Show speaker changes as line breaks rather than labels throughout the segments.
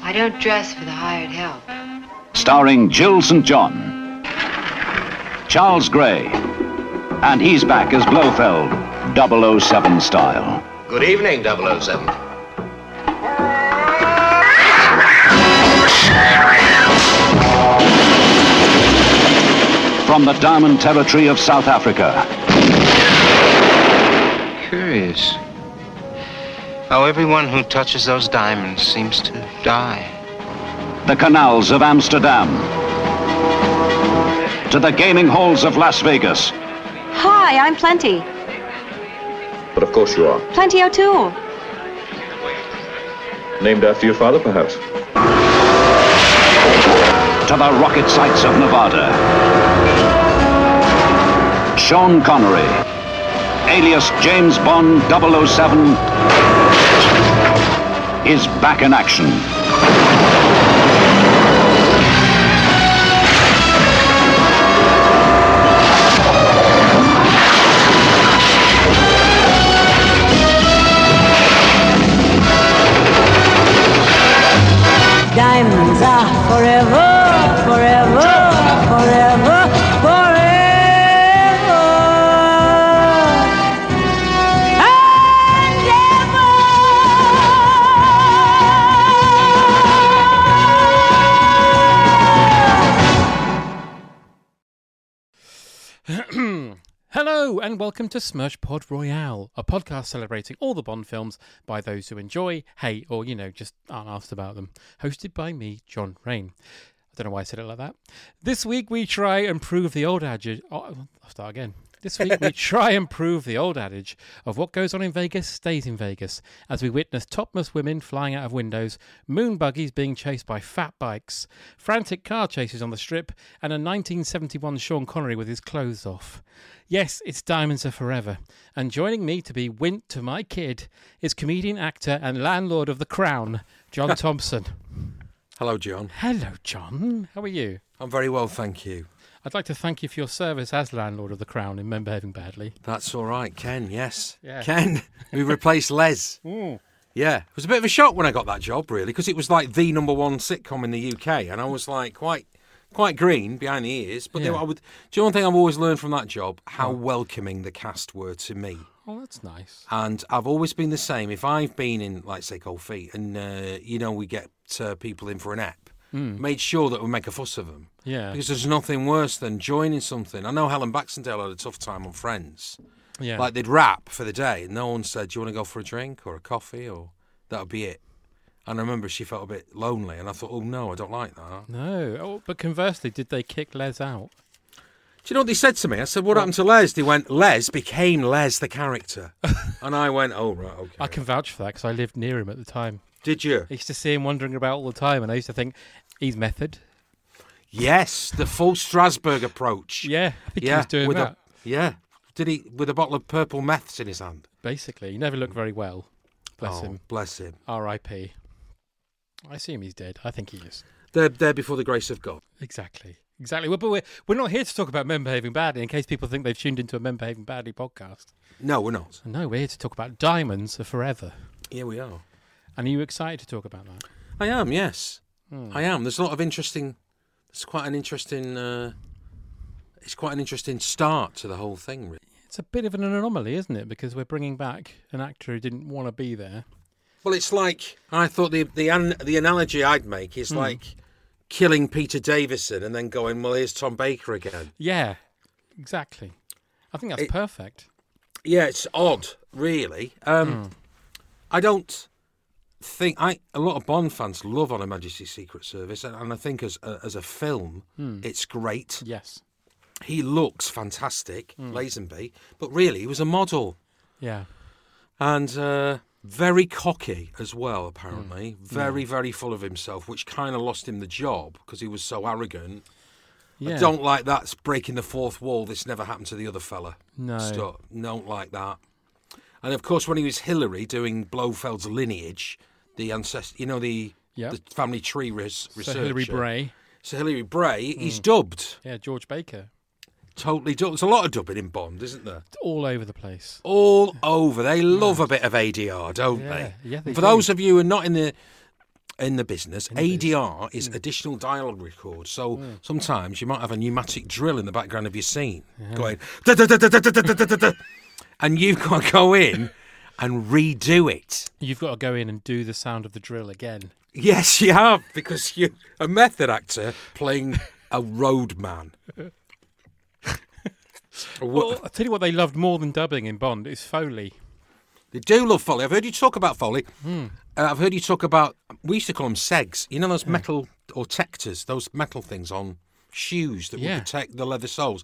I don't dress for the hired help.
starring Jill St. John, Charles Gray, and he's back as Blofeld, 007 style.
Good evening, 007.
From the Diamond Territory of South Africa,
Curious. How everyone who touches those diamonds seems to die.
the canals of Amsterdam, to the gaming halls of Las Vegas,
Hi, I'm Plenty.
But of course you are.
Plenty O'Toole.
Named after your father, perhaps?
to the rocket sites of Nevada. Sean Connery, alias James Bond 007, is back in action.
Diamonds are forever, forever, forever, forever. And ever.
Hello and welcome to Smudge Pod Royale, a podcast celebrating all the Bond films by those who enjoy, hate, or you know, just aren't asked about them. Hosted by me, John Rain. I don't know why I said it like that. This week we try and prove the old adage. Oh, I'll start again. This week we try and prove the old adage of what goes on in Vegas stays in Vegas, as we witness topless women flying out of windows, moon buggies being chased by fat bikes, frantic car chases on the strip, and a 1971 Sean Connery with his clothes off. Yes, it's Diamonds Are Forever, and joining me to be Wint to my kid is comedian, actor, and landlord of the Crown, John Thompson.
Hello, John.
Hello, John. How are you?
I'm very well, Oh, thank you.
I'd like to thank you for your service as landlord of the Crown in Men Behaving Badly.
That's all right, Ken. Yes,
Yeah. Mm.
Ken. We replaced Les. Yeah, it was a bit of a shock when I got that job, really, because it was like the number one sitcom in the UK, and I was like quite, quite green behind the ears. But they,
Yeah.
were- I would. Do you know one thing I've always learned from that job? How welcoming the cast were to me.
Oh, that's nice.
And I've always been the same. If I've been in, like, say, Cold Feet, and uh, you know, we get uh, people in for an app, made sure that we make a fuss of them.
Yeah.
Because there's nothing worse than joining something. I know Helen Baxendale had a tough time on Friends.
Yeah.
Like they'd rap for the day, and no one said, "Do you want to go for a drink or a coffee?" Or that would be it. And I remember she felt a bit lonely, and I thought, "Oh no, I don't like that."
no. Oh, but conversely, did they kick Les out?
Do you know what they said to me? I said, "What happened to Les?" They went, "Les became Les the character," and I went, "Oh right, okay."
I can vouch for that because I lived near him at the time.
Did you?
I used to see him wandering about all the time, and I used to think he's method.
Yes, the full Strasbourg approach.
Yeah, I think he was doing
with a-
that.
yeah. Did he with a bottle of purple meths in his hand?
Basically, he never looked very well. Bless
oh,
him.
Bless him.
R.I.P. I assume he's dead. I think he is.
They're there before the grace of God.
Exactly. Exactly. Well, But we're, we're not here to talk about men behaving badly in case people think they've tuned into a men behaving badly podcast.
No, we're not.
No, we're here to talk about diamonds are forever.
Here we are.
And are you excited to talk about that? Hmm.
I am, yes. I am. There's a lot of interesting. It's quite an interesting. Uh, it's quite an interesting start to the whole thing. Really.
It's a bit of an anomaly, isn't it? Because we're bringing back an actor who didn't want to be there.
Well, it's like I thought the the an, the analogy I'd make is
Hmm.
like killing Peter Davison and then going, well, here's Tom Baker again.
Yeah, exactly. I think that's
It-
perfect.
Yeah, it's odd, really. Um, I don't think I a lot of Bond fans love On Her Majesty's Secret Service, and, and I think as a, as a film,
Hmm.
it's great.
Yes.
He looks fantastic,
Hmm.
Lazenby, but really he was a model
Yeah.
and uh, very cocky as well. Apparently, very very full of himself, which kind of lost him the job because he was so arrogant.
Yeah.
I don't like that it's breaking the fourth wall. This never happened to the other fella.
No.
stuff. Don't like that. And of course, when he was Hillary doing Blofeld's lineage, the ancest, you know, the,
Yep.
the family tree res-
So
research.
Hilary Bray.
So Hillary Bray, he's
Mm.
dubbed.
Yeah, George Baker.
Totally dubbed. There's a lot of dubbing in Bond, isn't there?
All over the place.
All over. They love a bit of ADR, don't
Yeah,
they?
yeah, they
For
do.
those of you who are not in the in the business,
the Hmm. biz.
ADR is additional dialogue record. So sometimes you might have a pneumatic drill in the background of your scene going da da da da da da da da da da and you've got to go in and redo it.
You've got to go in and do the sound of the drill again.
Yes, you have, because you're a method actor playing a roadman.
Well, I tell you what, they loved more than dubbing in Bond is Foley. Hmm.
They do love Foley. I've heard you talk about Foley. Uh, I've heard you talk about. We used to call them segs. You know those metal or tectors, those metal things on shoes that
Yeah.
would protect the leather soles.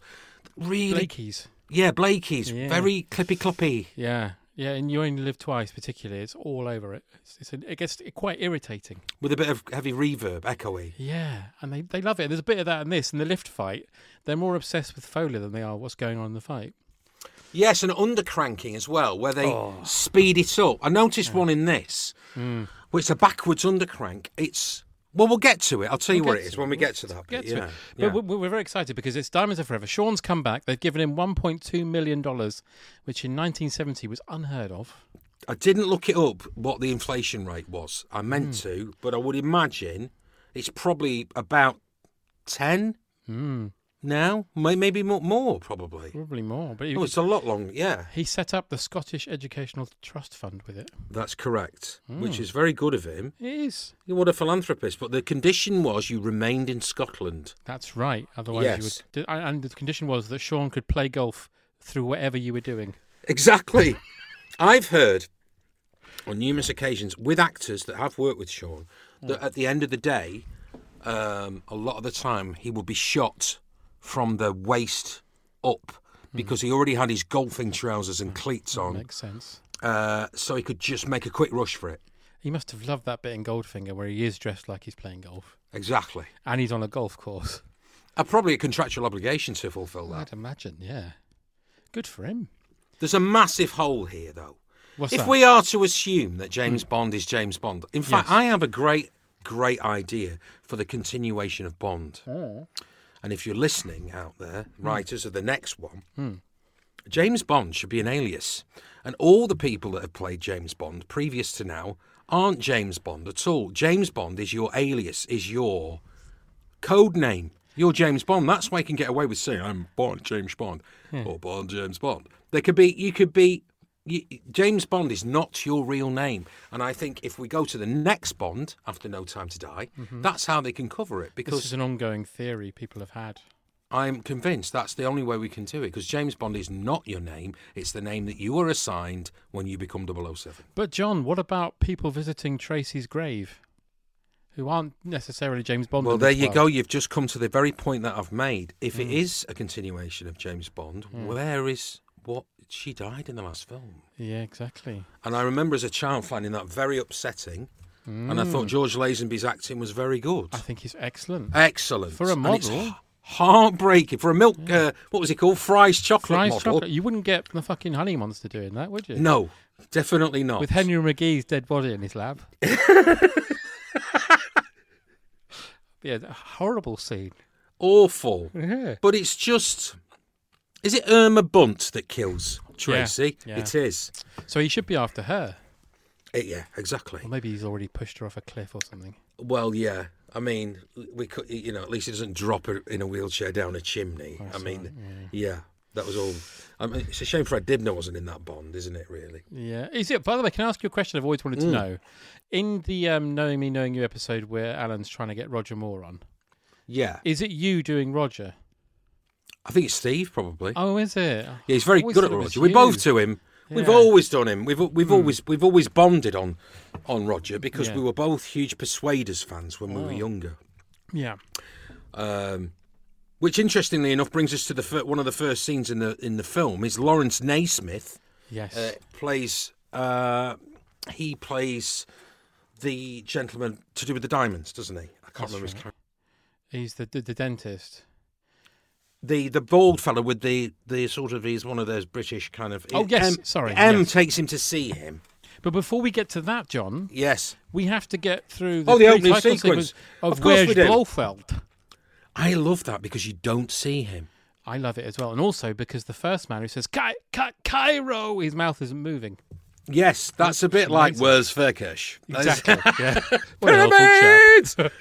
Really,
Blakey's.
Yeah, Blakey's.
Yeah.
Very clippy cloppy.
Yeah, yeah, and you only live twice, particularly. It's all over it. It's, it's an, it gets quite irritating.
with a bit of heavy reverb, echoey.
Yeah, and they, they love it. There's a bit of that in this, in the lift fight. They're more obsessed with Foley than they are what's going on in the fight.
Yes, and undercranking as well, where they
Oh.
speed it up. I noticed one in this, where it's a backwards undercrank. It's well, we'll get to it. I'll tell you
We'll
what
get
it is
to
when
it.
we get to that.
Get
bit,
to
yeah,
it.
yeah.
But we're, we're very excited because it's Diamonds Are Forever. Sean's come back. They've given him $1.2 million, which in 1970 was unheard of.
I didn't look it up what the inflation rate was. I meant to, but I would imagine it's probably about ten
Mm,
now, May- maybe more, more probably.
probably more. But he,
Oh, it's a lot longer. Yeah,
he set up the Scottish Educational Trust Fund with it.
that's correct, which
Mm.
is very good of him.
It is.
What a philanthropist! But the condition was you remained in Scotland.
That's right. Otherwise,
Yes.
you would. And and the condition was that Sean could play golf through whatever you were doing.
Exactly. I've heard on numerous occasions with actors that have worked with Sean that at the end of the day, um, a lot of the time he would be shot from the waist up because he already had his golfing trousers and cleats on,
Makes sense.
uh, so he could just make a quick rush for it.
He must have loved that bit in Goldfinger where he is dressed like he's playing golf
Exactly.
and he's on a golf course.
Uh, probably a contractual obligation to fulfil that.
I'd imagine, yeah. Good for him.
There's a massive hole here, though.
What's
if
that?
we are to assume that James Bond is James Bond, in fact,
Yes.
I have a great, great idea for the continuation of Bond.
Oh.
And if you're listening out there, writers of the next one, James Bond should be an alias. And all the people that have played James Bond previous to now aren't James Bond at all. James Bond is your alias, is your code name. You're James Bond. That's why you can get away with saying I'm Bond, James Bond, or Bond, James Bond. There could be, you could be, you, James Bond is not your real name. And I think if we go to the next Bond after No Time to Die, that's how they can cover it because
This is an ongoing theory people have had.
I'm convinced that's the only way we can do it because James Bond is not your name. It's the name that you are assigned when you become 007.
But, John, what about people visiting Tracy's grave who aren't necessarily James Bond?
well,
in
there
this
you
world?
go. Oh, You've just come to the very point that I've made. If it is a continuation of James Bond, where is what she died in the last film?
Yeah, exactly.
And I remember as a child finding that very upsetting. And I thought
Mm.
George Lazenby's acting was very good.
I think he's excellent.
Excellent.
For a
And it's
model.
Heartbreaking. For a milk, uh, what was it called? Fry's chocolate
Fry's
model.
chocolate. You wouldn't get the fucking Honey Monster doing that, would you?
No, definitely not.
With Henry McGee's dead body in his lap. yeah, a horrible scene.
Awful.
Yeah.
But it's just. Is it Irma Bunt that kills Tracy?
Yeah, yeah.
It is.
So he should be after her.
It- yeah, exactly.
Or maybe he's already pushed her off a cliff or something.
Well, yeah. I mean, we could, you know, at least it doesn't drop her in a wheelchair down a chimney. I
That's
mean,
right,
yeah. That was all. Um, I mean, it's a shame Fred Dibner wasn't in that Bond, isn't it? Really.
Yeah. Is it? By the way, can I ask you a question? I've always wanted to
Mm.
know. In the um, "Knowing Me, Knowing You" episode where Alan's trying to get Roger Moore on,
Yeah.
is it you doing Roger?
I think it's Steve probably.
Oh, is it?
Yeah, he's very
Always
good at
thought it was
Roger. We're
you.
both to him. We've
Yeah.
always done him. We've we've
Hmm.
always we've always bonded on on Roger because
Yeah.
we were both huge Persuaders fans when we
Oh.
were younger.
Yeah.
Um, which interestingly enough brings us to the fir- one of the first scenes in the in the film is Lawrence Naismith
Yes.
uh, plays uh, he plays the gentleman to do with the diamonds, doesn't he? I can't
That's
remember his
right.
character.
He's the the, the dentist.
The the bald fellow with the the sort of he's one of those British kind of
Oh, yes,
M,
sorry,
M
yes.
takes him to see him.
But before we get to that, John,
Yes.
we have to get through the,
Oh, the
pre-
opening
title
sequence.
of,
Of course
Where's
we do.
Blofeld.
I love that because you don't see him.
I love it as well, and also because the first man who says Kai, Kai, Cairo, his mouth isn't moving.
Yes, that's a bit like
amazing.
Where's Ferkesh?
Exactly. yeah. What an awful chap.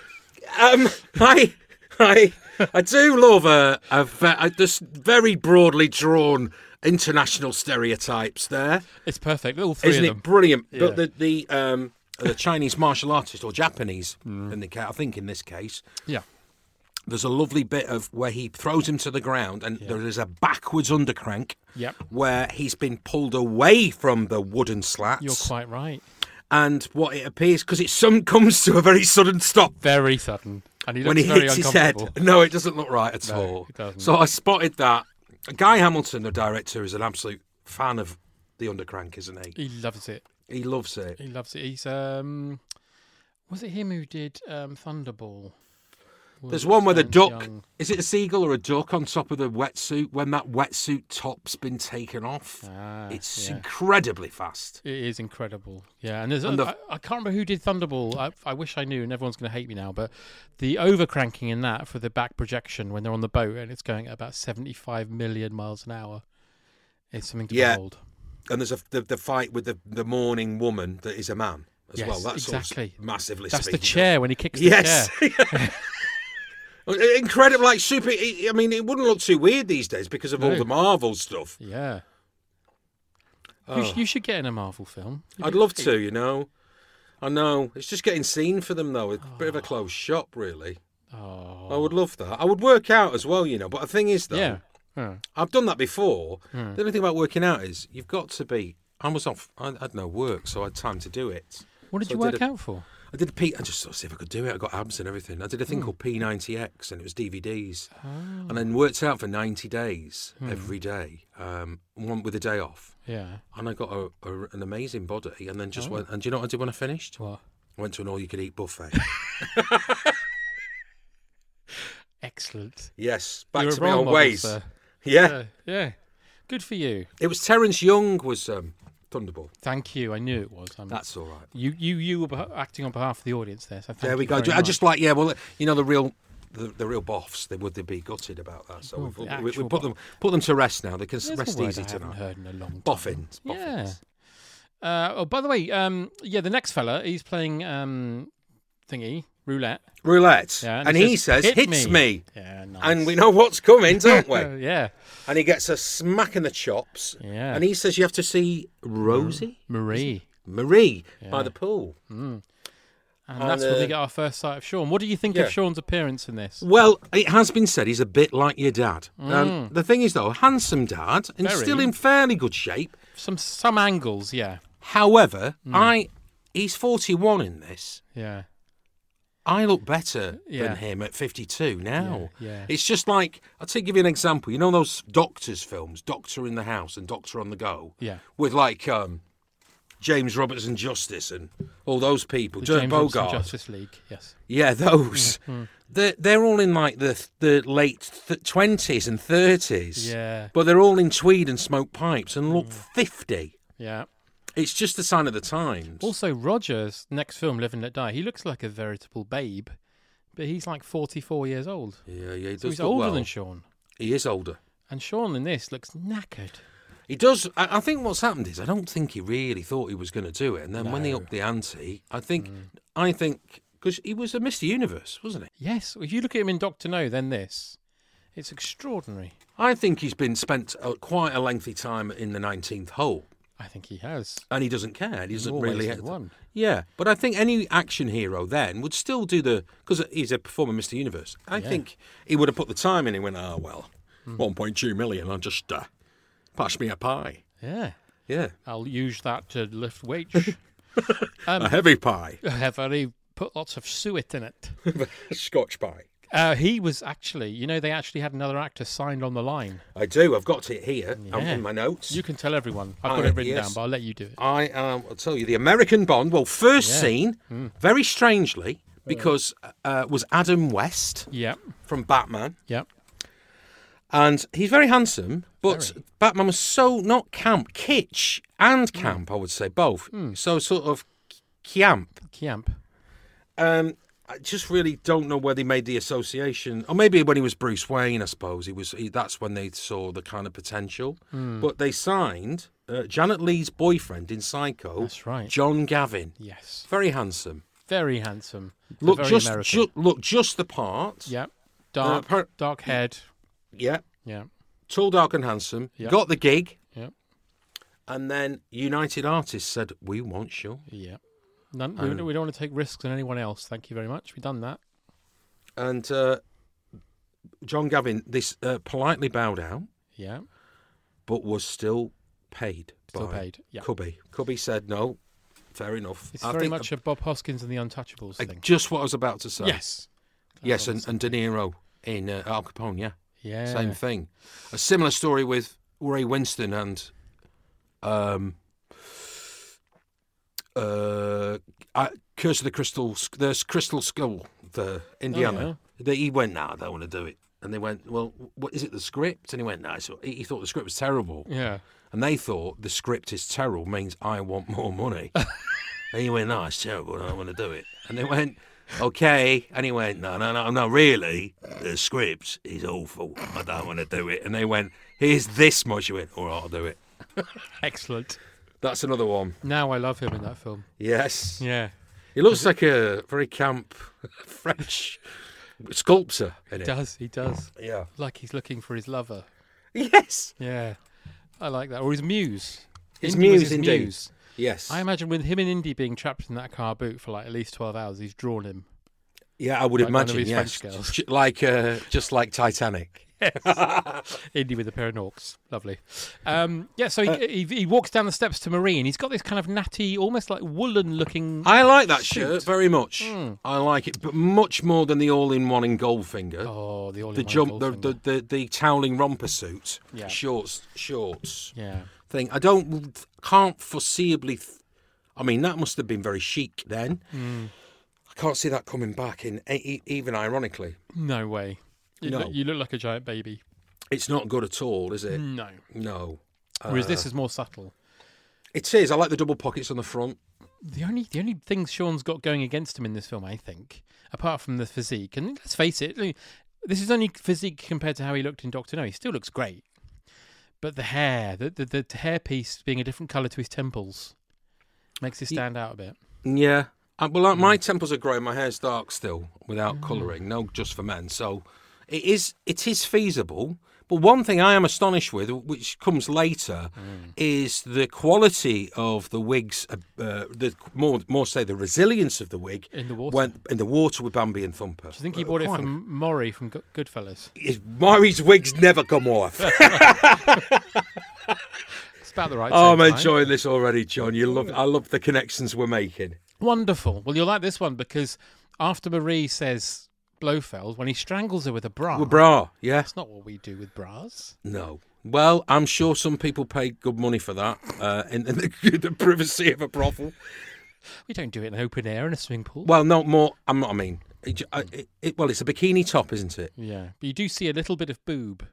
Pyramids! um, I, I, I do love uh, a, a, ve- a just very broadly drawn international stereotypes there.
It's perfect. All 3
Isn't
of them.
it brilliant?
Yeah.
But the the um, the Chinese martial artist or Japanese in the ca- I think in this case,
Yeah.
there's a lovely bit of where he throws him to the ground and there is a backwards undercrank
Yep.
where he's been pulled away from the wooden slats.
You're quite right.
and what it appears because it some comes to a very sudden stop
Very sudden, and he looks
when he
very
hits his head.
uncomfortable.
No, it doesn't look right at
No,
all.
it doesn't.
So I spotted that. Guy Hamilton, the director, is an absolute fan of the undercrank, isn't he?
He loves it.
He loves it.
He loves it. He's um, was it him who did um Thunderball?
There's one where the
Ernst
duck
Young.
is it a seagull or a duck on top of the wetsuit when that wetsuit top's been taken off.
Ah,
it's
yeah.
incredibly fast.
It is incredible. Yeah, and there's
And the-
I, I can't remember who did Thunderball. I, I wish I knew, and everyone's going to hate me now. But the overcranking in that for the back projection when they're on the boat and it's going at about 75 million miles an hour is something to
Yeah.
behold.
And there's a, the, the fight with the, the mourning woman that is a man as
Yes,
well. That's all
exactly.
massively
That's the
speeded up.
chair when he kicks the
yes.
chair.
Incredible, like super. I mean, it wouldn't look too weird these days because of
No.
all the Marvel stuff.
Yeah. You,
Oh.
sh- you should get in a Marvel film. You'd
I'd
be
love
great.
to, you know. I know it's just getting seen for them though. It's a bit of a closed shop, really.
Oh.
I would love that. I would work out as well, you know. But the thing is, though,
Yeah. yeah.
I've done that before.
Hmm.
The only thing about working out is you've got to be. I was off. I I had no work, so I had time to do it.
What did
So
you
I did
work
a-
out for?
I did a P. I just sort of see if I could do it. I got abs and everything. I did a thing called P90X, and it was DVDs, and then worked out for 90 days every day, um, one with a day off,
Yeah.
and I got a, a- an amazing body. And then just went. And do you know what I did when I finished?
What?
I went to an all-you-could-eat buffet.
Excellent.
yes, back
You're a
to my
role
old
model,
ways.
sir.
Yeah.
yeah. Yeah. Good for you.
it was Terence Young was um, Thunderball.
Thank you. I knew it was. I'm,
That's all right.
You you you were beh- acting on behalf of the audience there. So thank
there we
you
go.
very
I just
much.
like yeah. Well, you know the real. The, the real boffs, they would they be gutted about that. So
Oh,
we've,
the
we, we
actual
put them put them to rest now. They can s-
There's a
rest
word
easy
I haven't
tonight.
heard in a long time.
Boffins.
Yeah.
boffins.
Uh, oh, by the way, um, yeah, the next fella, he's playing um, thingy roulette.
Roulette.
Yeah,
and he says,
"Hit
hits me.
Yeah, nice.
And we know what's coming, don't we?
Uh, yeah,
and he gets a smack in the chops.
Yeah.
And he says, You have to see Rosie?
Marie,
Marie
Yeah.
by the pool.
and,
And,
that's where we
uh,
get our first sight of Sean. What do you think
yeah.
of Sean's appearance in this?
Well, it has been said he's a bit like your dad.
Hmm.
Um, the thing is, though, a handsome dad and
Very.
still in fairly good shape.
Some some angles, yeah, Mm.
However, I he's 41 in this.
yeah.
I look better
Yeah.
than him at 52 now.
Yeah, yeah.
It's just like, I'll take, give you an example. You know those doctors' films, Doctor in the House and Doctor on the Go?
Yeah.
With like um, James Robertson Justice and all those people,
The
Dirk
James Robson
Bogart.
Justice League, yes. Hmm.
Yeah, those. They're, they're all in like the the late th- 20s and 30s.
Yeah.
But they're all in tweed and smoke pipes and look 50.
Yeah.
It's just a sign of the times.
Also, Roger's next film, Live and Let Die, he looks like a veritable babe, but he's like 44 years old.
yeah, yeah, he does
So he's
look
older
well.
than Sean.
He is older.
And Sean in this looks knackered.
He does. I, I think what's happened is I don't think he really thought he was going to do it, and then when they
No.
upped the ante, I think, I think, because he was a Mr. Universe, wasn't he?
Yes, if you look at him in Doctor No, then this, It's extraordinary.
I think he's been spent uh, quite a lengthy time in the 19th hole.
I think he has.
And he doesn't care. He
He's
doesn't
always
really.
the one.
Yeah, but I think any action hero then would still do the because he's a performer, Mr. Universe. I
Yeah.
think he would have put the time in. He went, oh well, 1.2 million. I'll just uh, pass me a pie.
Yeah.
Yeah,
I'll use that to lift weights. Um,
a heavy pie,
Have I put lots of suet in it?
Scotch pie.
Uh, he was actually, you know, they actually had another actor signed on the line.
I do. I've got it here um,
Yeah.
in my notes.
You can tell everyone. I've
I-
got it written
yes.
down, but I'll let you do it.
I um, I'll tell you the American Bond. Well, first
Yeah.
scene,
Mm.
very strangely, because uh, was Adam West.
Yeah.
from Batman.
Yep.
And he's very handsome, but Batman was so not camp, kitsch and camp, I would say both. So sort of camp.
Camp.
Um, I just really don't know where they made the association, or maybe when he was Bruce Wayne, I suppose he was. He, that's when they saw the kind of potential.
Hmm.
But they signed uh, Janet Lee's boyfriend in Psycho.
That's right.
John Gavin.
Yes.
Very handsome.
Very handsome.
Look
very
just
American.
ju- look just the part.
Yep. Dark,
per-
dark head.
Yeah.
Yeah.
Tall, dark, and handsome.
Yeah.
Got the gig.
Yeah.
And then United Artists said, "We want Shaw."
Yeah. None, we,
Um,
we don't want to take risks on anyone else. Thank you very much. We've done that.
And uh, John Gavin this uh, politely bowed out,
Yeah.
but was still paid.
Still
by
paid, yeah.
Cubby. Cubby said, "No, fair enough."
It's
I
very
think-
much a Bob Hoskins and the Untouchables
uh,
thing.
just what I was about to say.
Yes.
yes, and, and De Niro in uh, Al Capone. Yeah,
Yeah.
same thing. A similar story with Ray Winston and um, uh, I- Curse of the Crystal, Sk- the S- Crystal Skull, the
Oh,
Indiana. They- he went, nah, I don't want to do it. And they went, well, what is it? The script? And he went, nah. So he, he thought the script was terrible.
Yeah.
And they thought the script is terrible means I want more money. and he went, no, it's terrible. I don't want to do it. And they went, okay. And he went, no, no, no, no, really. The script is awful. I don't want to do it. And they went, here's this much. He went, "Oh, all right, I'll do it.
Excellent.
That's another one.
Now I love him in that film.
Yes.
Yeah.
He looks like a very camp French sculptor.
He
in it.
does. He does.
Yeah.
Like he's looking for his lover.
Yes.
Yeah. I like that. Or his muse.
His
Indy was
muse, indeed. Yes.
I imagine with him and Indy being trapped in that car boot for like at least 12 hours, he's drawn him.
Yeah, I would
Like one of
imagine.
his
yes.
French girls.
J- Like, uh, just like Titanic.
Indy with a pair of norks. Lovely. Um, yeah, so he,
Uh,
he, he walks down the steps to Marie and he's got this kind of natty, almost like woolen looking.
I like that
suit.
shirt very much. I like it, but much more than the all-in-one in Goldfinger.
Oh, the all
the jump, the, the the the toweling romper suit,
Yeah.
shorts, shorts
Yeah.
thing. I don't can't foreseeably. Th- I mean, that must have been very chic then.
Mm.
I can't see that coming back in e- e- even ironically.
No way. You,
No.
look, you look like a giant baby.
It's not good at all, is it?
No.
No.
Whereas this
Uh,
is more subtle.
it is. I like the double pockets on the front.
The only the only thing Sean's got going against him in this film, I think, apart from the physique, and let's face it, I mean, this is only physique compared to how he looked in Doctor No. He still looks great, but the hair, the the, the hair piece being a different color to his temples, makes it
Ye-
stand out a bit.
Yeah. Uh, well, like, my temples are grey. My hair's dark still, without colouring. No, just for men. So it is. It is feasible. But one thing I am astonished with, which comes later, is the quality of the wigs. Uh, uh, the more, more say, the resilience of the wig
In the water.
When, in the water with Bambi and Thumper.
Do you think he bought it
Quite-
from Maury from Go- Goodfellas?
His- Murray's wigs never come off.
It's about the right.
oh, I'm
size, right?
enjoying this already, John. You love. I love the connections we're making.
Wonderful. Well, you'll like this one because after Marie says Blofeld, when he strangles her with a bra,
With bra, yeah.
that's not what we do with bras.
No. Well, I'm sure some people pay good money for that uh, in, in the, the privacy of a brothel.
We don't do it in open air in a swimming pool.
Well, no, more. I'm not. I mean, it, j- I- it- it- well, it's a bikini top, isn't it?
Yeah, but you do see a little bit of boob.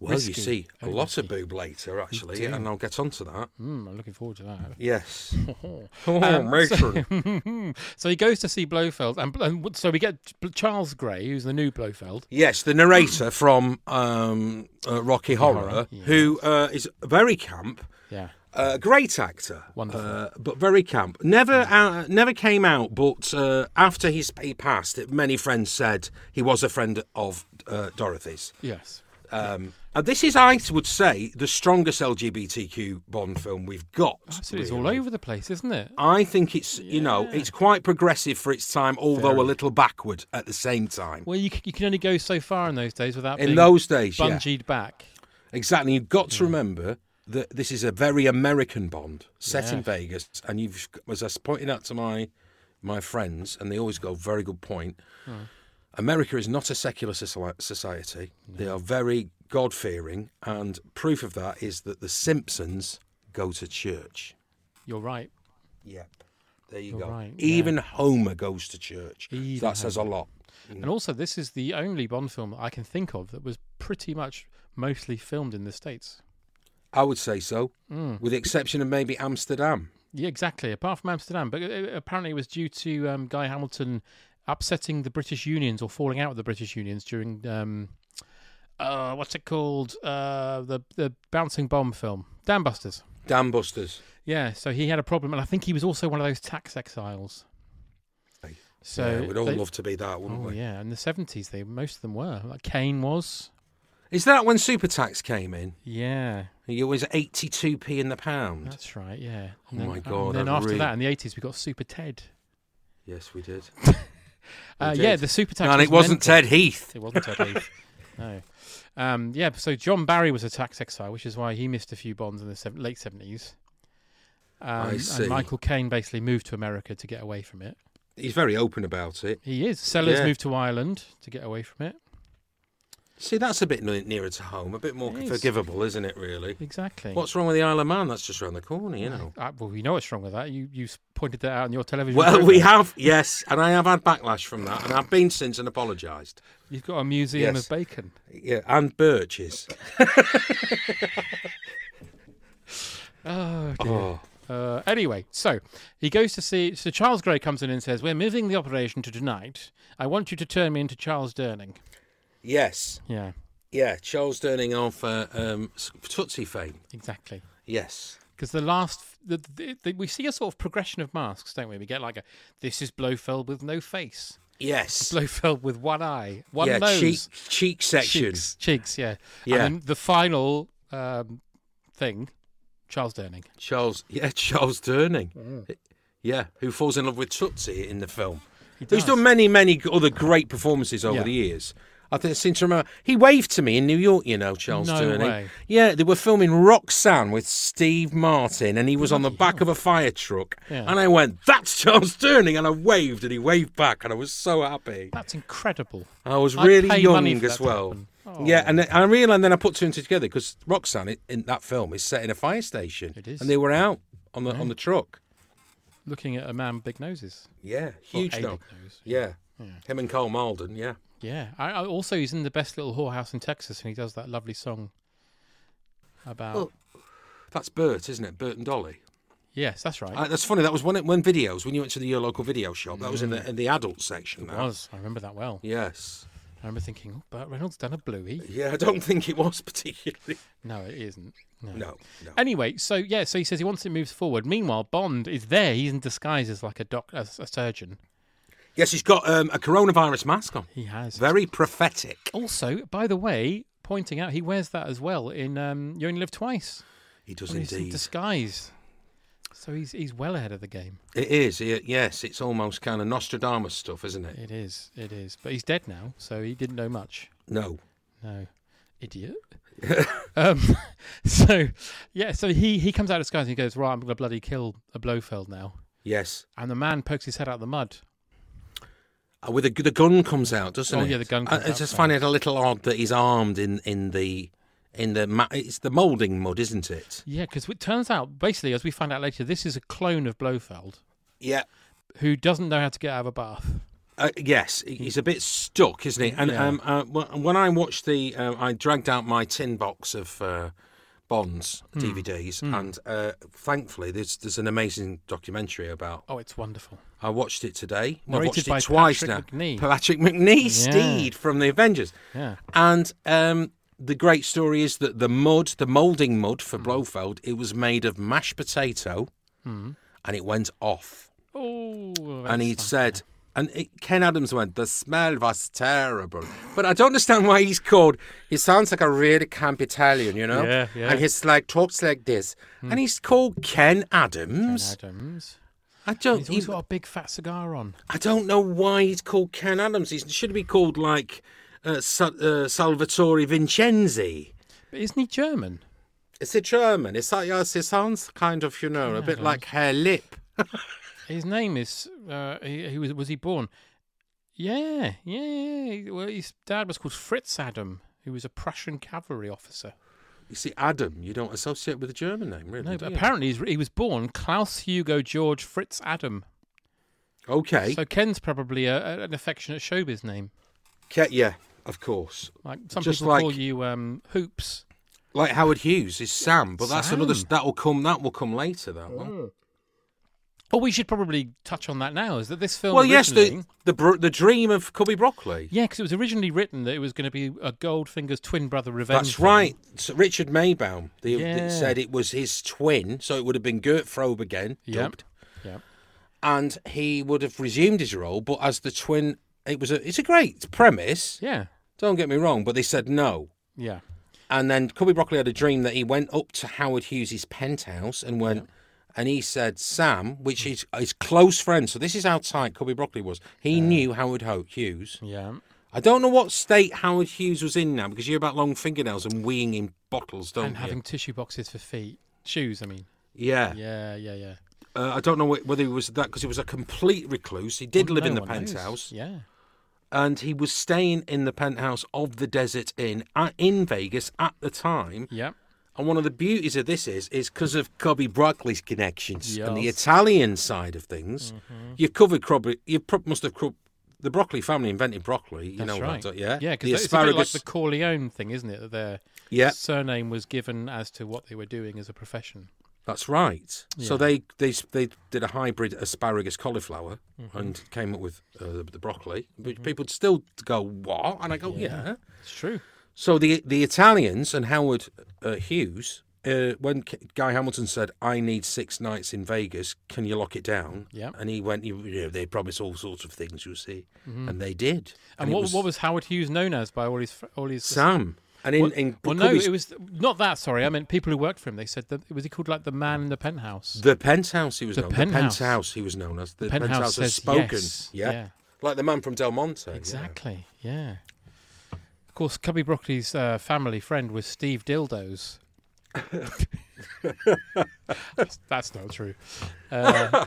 Well,
Risky.
you see, a
Very
lot of boob later, actually,
do.
and I'll get onto that.
Mm, I'm looking forward to that.
Yes.
Oh,
Oh,
so, so he goes to see Blofeld, and, and so we get Charles Gray, who's the new Blofeld.
Yes, the narrator from um, uh, Rocky Horror,
Horror,
who uh, is very camp.
Yeah,
A great actor, uh, but very camp. Never,
Hmm.
uh, never came out. But uh, after he's, he passed, it, many friends said he was a friend of uh, Dorothy's.
Yes.
Um, and this is, I would say, the strongest LGBTQ Bond film we've got.
Absolutely, it's all over the place, isn't it?
I think it's, you know, it's quite progressive for its time, although a little backward at the same time.
Well, you, c- you can only go so far in those days without
In
being
those days, yeah.
bungeed back.
Exactly. You've got to remember that this is a very American Bond set
Yeah.
in Vegas, and you've, as I was pointing out to my my friends, and they always go, "Very good point."
Hmm.
America is not a secular soci- society. They are very God fearing, and proof of that is that the Simpsons go to church.
You're right.
Yep. There you
You're
go.
right, yeah.
Even Homer goes to church.
Even
that says a
Homer.
lot.
And also, this is the only Bond film I can think of that was pretty much mostly filmed in the states. Mm.
I would say so, with the exception of maybe Amsterdam.
Yeah, exactly. Apart from Amsterdam, but uh, apparently it was due to um, Guy Hamilton upsetting the British unions or falling out with the British unions during um, uh, what's it called? Uh, the the bouncing bomb film, Dambusters.
Dam Busters.
Yeah, so he had a problem, and I think he was also one of those tax exiles. So
Yeah, we'd all
they-
love to be that, wouldn't
oh,
we?
Yeah, in the seventies, they most of them were. Like Kane was.
Is that when super tax came in?
Yeah,
It was 82p in the pound.
that's right. Yeah.
Oh
And then-
my
and
God,
then
I
after
really-
that, in the eighties, we got Super Ted.
Yes, we did.
Uh,
We
yeah,
did.
the super tax.
No, and
was
it wasn't
mental.
Ted Heath.
It wasn't Ted Heath. No. Um, yeah, so John Barry was a tax exile, which is why he missed a few bonds in the seven, late seventies. Um,
I see.
And Michael Caine basically moved to America to get away from it.
He's very open about it.
He is. Sellers
Yeah.
moved to Ireland to get away from it.
See, that's a bit ne- nearer to home, a bit more
It is.
forgivable, isn't it, really?
Exactly.
What's wrong with the Isle of Man? That's just round the corner, you know.
Uh, well, we know what's wrong with that. You you s- pointed that out on your television.
Well, we
programme.
have, yes, and I have had backlash from that, and I've been since and apologised.
You've got a museum
Yes.
of bacon.
Yeah, and birches.
Oh, dear.
Oh.
Uh, anyway, so he goes to see. So Charles Gray comes in and says, "We're moving the operation to tonight. I want you to turn me into Charles Durning."
Yes,
Yeah,
yeah, Charles Durning of uh, um, s- Tootsie fame.
exactly.
Yes.
Because the last, the, the, the, we see a sort of progression of masks, don't we? We get like a this is Blofeld with no face,
Yes.
Blofeld with one eye, one
yeah,
nose,
cheek, cheek section.
cheeks, cheeks, yeah,
Yeah.
And then the final um, thing, Charles Durning.
Charles, yeah, Charles Durning, yeah, who falls in love with Tootsie in the film. Who's
does.
done many, many g- other great performances over
Yeah.
the years. I think I seem to remember uh, he waved to me in New York. You know, Charles
No
Durning.
way.
Yeah, they were filming Roxanne with Steve Martin, and he was on the back of a fire truck.
Yeah.
And I went, "That's Charles Durning," and I waved, and he waved back, and I was so happy.
That's incredible.
I was
I'd
really
pay money
young
for
as
that to
well.
happen. Oh,
Yeah, and then, I realised, and then I put two and two together because Roxanne i- in that film is set in a fire station.
It is.
and they were out on the on the truck.
Looking at a man with big noses.
Yeah,
Well,
huge
a
dog.
big nose,
Yeah. him and Cole Malden. Yeah,
Yeah. I, I also he's in the best little whorehouse in Texas, and he does that lovely song about.
Well- that's Bert, isn't it? Bert and Dolly.
yes, that's right.
Uh, that's funny. That was one when videos when you went to the, your local video shop. That was in the in the adult section.
Mm. it
That.
was. I remember that well.
Yes.
I remember thinking, oh, Burt Reynolds done a bluey.
Yeah, I don't think it was particularly.
No, it isn't. No.
No. No.
Anyway, so yeah, so he says he wants it moves forward. Meanwhile, Bond is there. He's in disguise as like a doc, as a surgeon.
Yes, he's got um, a coronavirus mask on.
He has.
Very prophetic.
Also, by the way, pointing out he wears that as well in um, You Only Live Twice.
He does
when he's in
indeed.
disguise. So he's he's well ahead of the game.
It is, yeah, yes. It's almost kind of Nostradamus stuff, isn't it?
It is. It is. But he's dead now, so he didn't know much.
No.
No, idiot. um, so yeah, so he he comes out of disguise and he goes, right, I'm gonna bloody kill a Blofeld now.
Yes.
And the man pokes his head out of the mud.
Uh, with the, the gun comes out, doesn't
Oh,
it?
yeah, the gun
I-
comes
I
out
just
first.
find it a little odd that he's armed in in the in the ma- it's the moulding mud, isn't it?
Yeah, because it turns out basically, as we find out later, this is a clone of Blofeld
Yeah.
who doesn't know how to get out of a bath.
Uh, yes,
Hmm.
he- he's a bit stuck, isn't he? And
Yeah.
um, uh, wh- when I watched the, uh, I dragged out my tin box of uh, Bonds
Hmm.
DVDs, and uh, thankfully there's there's an amazing documentary about.
Oh, it's wonderful.
I watched it today. Well, I watched
Narrated by
it twice
Patrick
now.
McNee.
Patrick McNee,
Yeah.
Steed from the Avengers.
Yeah.
And um, the great story is that the mud, the moulding mud for Blofeld, it was made of mashed potato
Hmm.
and it went off.
Oh,
and he said, and it, Ken Adams went, the smell was terrible. But I don't understand why he's called, he sounds like a really camp Italian, you know?
Yeah, yeah.
And he's like, talks like this. And he's called Ken Adams.
Adams.
I don't.
He's always
he-
got a big fat cigar on.
I don't know why he's called Ken Adams. He should be called like uh, Sa- uh, Salvatore Vincenzi.
But isn't he German?
Is it German? It's like, yes, it sounds kind of, you know, a bit
Adams.
like Herr Lip.
His name is. Uh, he, he was was he born? Yeah, yeah, yeah. He- Well, his dad was called Fritz Adam, who was a Prussian cavalry officer.
You see, Adam, you don't associate with a German name, really.
No,
do
but
you?
apparently he's, he was born Klaus Hugo George Fritz Adam.
Okay.
So Ken's probably a, a- an affectionate showbiz name.
Ke- yeah, of course.
Like some
Just
people
like-
call you um, Hoops.
Like Howard Hughes is Sam, but that's another.
Sam. Oh.
That will come. That will come later. That one.
Well, we should probably touch on that now. Is that this film?
Well, yes, the
originally-
the br- the dream of Cubby Broccoli.
yeah, because it was originally written that it was going to be a Goldfinger's twin brother revenge.
That's
film.
right. So Richard Maybaum the, the-
Yeah.
said it was his twin, so it would have been Gert Frobe again,
Yep.
dubbed,
Yep.
and he would have resumed his role, but as the twin, it was a it's a great premise.
Yeah.
Don't get me wrong, but they said no.
Yeah.
And then Cubby Broccoli had a dream that he went up to Howard Hughes's penthouse and went, and he said Sam, which is his close friend. So this is how tight Cubby Broccoli was. He knew Howard Ho- Hughes.
Yeah.
I don't know what state Howard Hughes was in now because you hear about long fingernails and weeing in bottles, don't
and
you?
having tissue boxes for feet, shoes. I mean.
Yeah.
Yeah, yeah, yeah.
Uh, I don't know wh- whether he was that because he was a complete recluse. He did
Well,
live
no
in the
one knows.
penthouse.
Yeah.
And he was staying in the penthouse of the Desert Inn at, in Vegas at the time.
Yep.
And one of the beauties of this is, is because of Cobby Broccoli's connections and the
Yes. Mm-hmm.
Italian side of things, you've covered Cobby. You prob- must have covered the Broccoli family invented broccoli. You
That's
know
right.
that, yeah.
Yeah,
the
because it's a bit like the Corleone thing, isn't it? That their
Yeah.
surname was given as to what they were doing as a profession.
That's right. So
Yeah.
they, they they did a hybrid asparagus cauliflower
Mm-hmm.
and came up with uh, the, the broccoli, which people still go what? And I go yeah.
It's true.
So the the Italians and Howard uh, Hughes, uh, when K- Guy Hamilton said, "I need six nights in Vegas, can you lock it down?"
Yeah.
and he went, you, you know, they promise all sorts of things, you see, and they did.
And,
it
what was... what was Howard Hughes known as by all his fr- all his
Sam? And in,
Well,
in
well, no,
Cubby's-
it was not that. Sorry, I meant people who worked for him. They said that was he called like the man in the penthouse.
The penthouse he was
The
known.
penthouse.
The penthouse he was known as. The,
penthouse
penthouse, has
says
spoken.
yes.
Yeah.
Yeah.
Like the man from Del Monte. yeah.
exactly. Yeah. Of course, Cubby Broccoli's uh, family friend was Steve Dildos. that's, that's not true. Uh,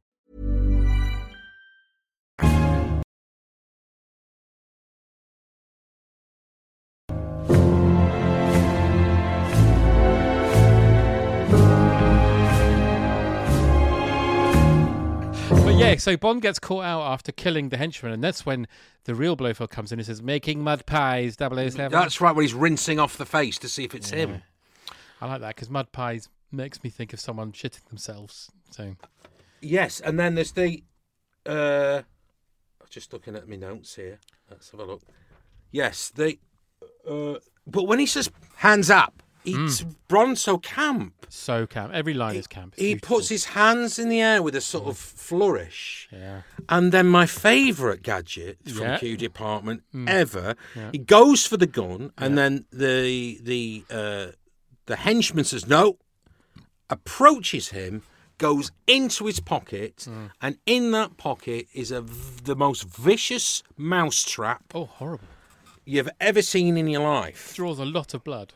but yeah, so Bond gets caught out after killing the henchman, and that's when the real Blofeld comes in and says, "Making mud pies, 007.
Mm, That's right, when he's rinsing off the face to see if it's him.
I like that because mud pies makes me think of someone shitting themselves. So
Yes, and then there's the. Uh, I'm just looking at my notes here. Let's have a look. Yes, they. Uh, but when he says hands up,
Hmm.
It's Bronzo camp.
So camp. Every line is camp. It's
He
beautiful.
puts his hands in the air with a sort of flourish.
Yeah.
And then my favourite gadget from
Yeah.
Q Department
Mm.
ever,
Yeah.
he goes for the gun, and then the the uh, the henchman says no, approaches him, goes into his pocket, and in that pocket is a v- the most vicious mousetrap.
Oh, horrible!
You've ever seen in your life.
Draws a lot of blood.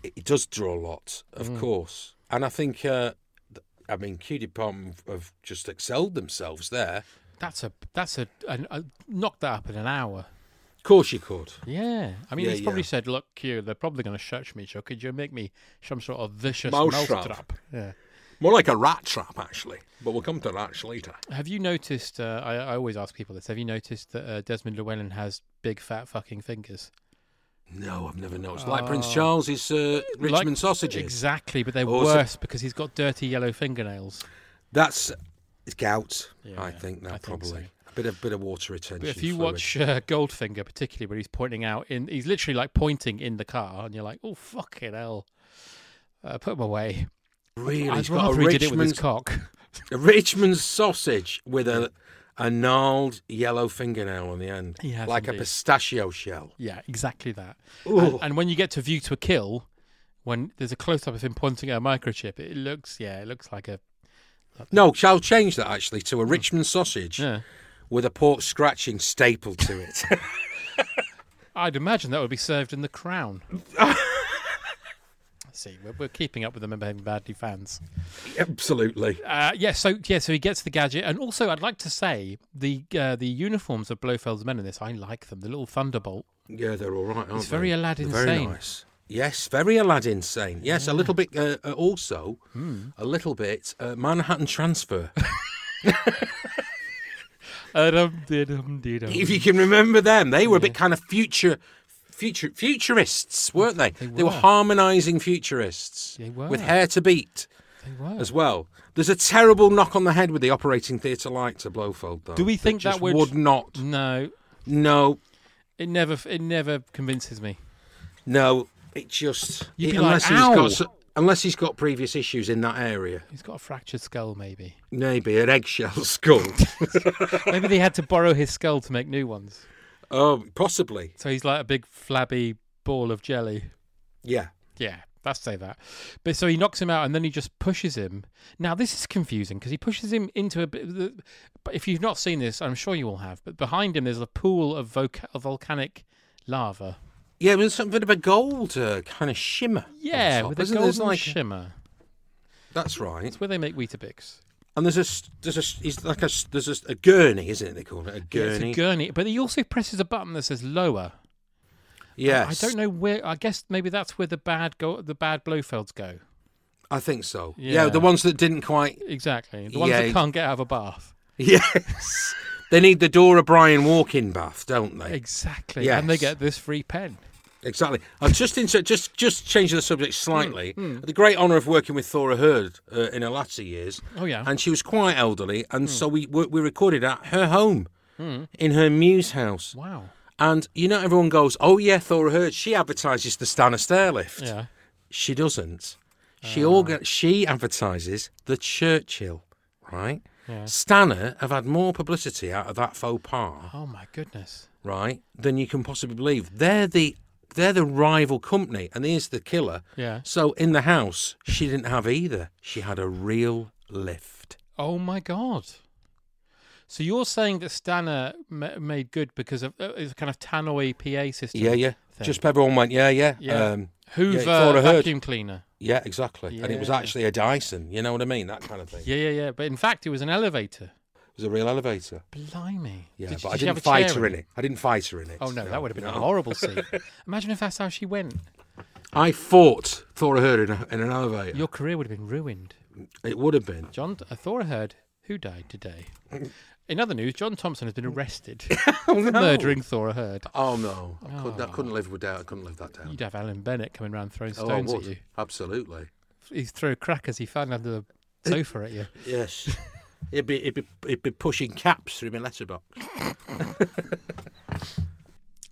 It it does draw a lot, of course, and I think. Uh, th- I mean, Q Department have just excelled themselves there.
That's a that's a, an a knocked that up in an hour.
Of course, you could.
Yeah, I mean
Yeah,
he's probably
yeah.
said, "Look, Q, they're probably going to search me. So could you make me some sort of vicious
Mousetrap.
mousetrap?" Yeah.
More like a rat trap, actually. But we'll come to rats later.
Have you noticed? Uh, I, I always ask people this. Have you noticed that uh, Desmond Llewellyn has big fat fucking fingers?
No, I've never noticed. Like Prince
Oh.
Charles's uh, Richmond
Like-
sausages.
Exactly, but they're
Or is it-
worse because he's got dirty yellow fingernails.
That's it's gout. I think that
I think
probably
so.
a bit of bit of water retention.
But if you
fluid.
watch uh, Goldfinger, particularly where he's pointing out in, he's literally like pointing in the car, and you're like, "Oh fucking hell, uh, put him away." I'd-
really,
I'd
he's got a
rather he did it with his
Richmond's-
cock.
a Richmond sausage with a a gnarled yellow fingernail on the end,
He has
like a
indeed.
pistachio shell.
Yeah, exactly that.
Ooh.
And, and when you get to View to a Kill, when there's a close up of him pointing at a microchip, it looks, yeah, it looks like a.
No, shall change that actually to a
Hmm.
Richmond sausage with a pork scratching stapled to it.
I'd imagine that would be served in the crown. Let's see, we're, we're keeping up with them and being badly fans.
Absolutely.
Uh, yeah, so yeah, so he gets the gadget, and also I'd like to say the uh, the uniforms of Blofeld's men in this, I like them. The little thunderbolt.
Yeah, they're all right, aren't
It's
they?
very Aladdin
They're Very
sane.
nice. Yes, very Aladdin sane. Yes, a little bit. Uh, uh, also,
Hmm.
a little bit uh, Manhattan transfer. if
Uh, if
you can remember them, they were a bit kind of future, future futurists, weren't they? They were,
were.
harmonising futurists.
They were.
with hair to beat
They were.
as well. There's a terrible knock on the head with the operating theatre light to Blowfold, though.
Do we think that
just
would-
would not?
No,
No,
it never it never convinces me.
no. It just
You'd
it-
be like,
unless he's
"Ow."
got so- unless he's got previous issues in that area.
He's got a fractured skull, maybe.
Maybe an eggshell skull.
maybe they had to borrow his skull to make new ones.
oh, possibly.
So he's like a big flabby ball of jelly.
Yeah.
Yeah, let's say that. But so he knocks him out, and then he just pushes him. Now this is confusing because he pushes him into a bit. the- But if you've not seen this, I'm sure you all have. But behind him, there's a pool of voca- of volcanic lava.
Yeah, with some bit of a gold uh, kind of shimmer. on
Yeah,
top,
with a
isn't there? There's
golden
like-
shimmer.
That's right.
It's where they make Weetabix.
And there's a s- there's a s- it's like a s- there's a, s- a gurney, isn't it? They call it a
Yeah, it's
gurney.
a gurney. But he also presses a button that says lower.
yes,
I don't know where. I guess maybe that's where the bad go- the bad Blofelds go.
I think so. Yeah.
Yeah.
the ones that didn't quite.
Exactly. The ones
Yeah.
that can't get out of a bath.
Yes, they need the Dora Bryan walking bath, don't they?
Exactly. And they
Yes.
get this free pen.
Exactly. I've just inter- just just changing the subject slightly.
Hmm,
The great honour of working with Thora Hurd uh, in her latter years.
Oh, yeah. Hmm.
and she was quite elderly, and so we, we we recorded at her home in her muse house.
Wow.
And you know, everyone goes, "Oh yeah, Thora Hurd. She advertises the Stanistair lift."
Yeah. Ah.
She doesn't. She orga- she advertises the Churchill, right?
Yeah.
Stanner have had more publicity out of that faux pas,
Oh my goodness.
right, than you can possibly believe. They're the they're the rival company, and here's the killer.
Yeah.
So in the house, she didn't have either. She had a real lift.
Oh my god. So you're saying that Stanner ma- made good because of uh, it's a kind of tannoy PA system.
Yeah, yeah.
thing.
Just everyone went, yeah, yeah. Um,
yeah. Hoover
Thora Hurd.
vacuum cleaner.
Yeah, exactly. And it was
Yeah.
actually a Dyson. You know what I mean? That kind of thing.
Yeah, yeah, yeah. But in fact, it was an elevator.
It was a real elevator.
Blimey.
Yeah,
Did-
but I
did she have
didn't
a chair
fight her in it. I didn't fight her in it.
Oh no, that would have been a
no.
horrible scene. Imagine if that's how she went.
I fought Thora Hurd in, a, in an elevator.
Your career would have been ruined.
It would have been.
John I thought I heard who died today. In other news, John Thompson has been arrested for
Oh, no.
murdering Thora Heard.
Oh no, I, couldn't, I
Oh.
couldn't live without. I couldn't live that down.
You'd have Alan Bennett coming round throwing
oh, I
stones at
would.
you.
Absolutely.
He'd throw crackers he found under the sofa at you.
Yes. it'd be it'd be it'd be pushing caps through my letterbox.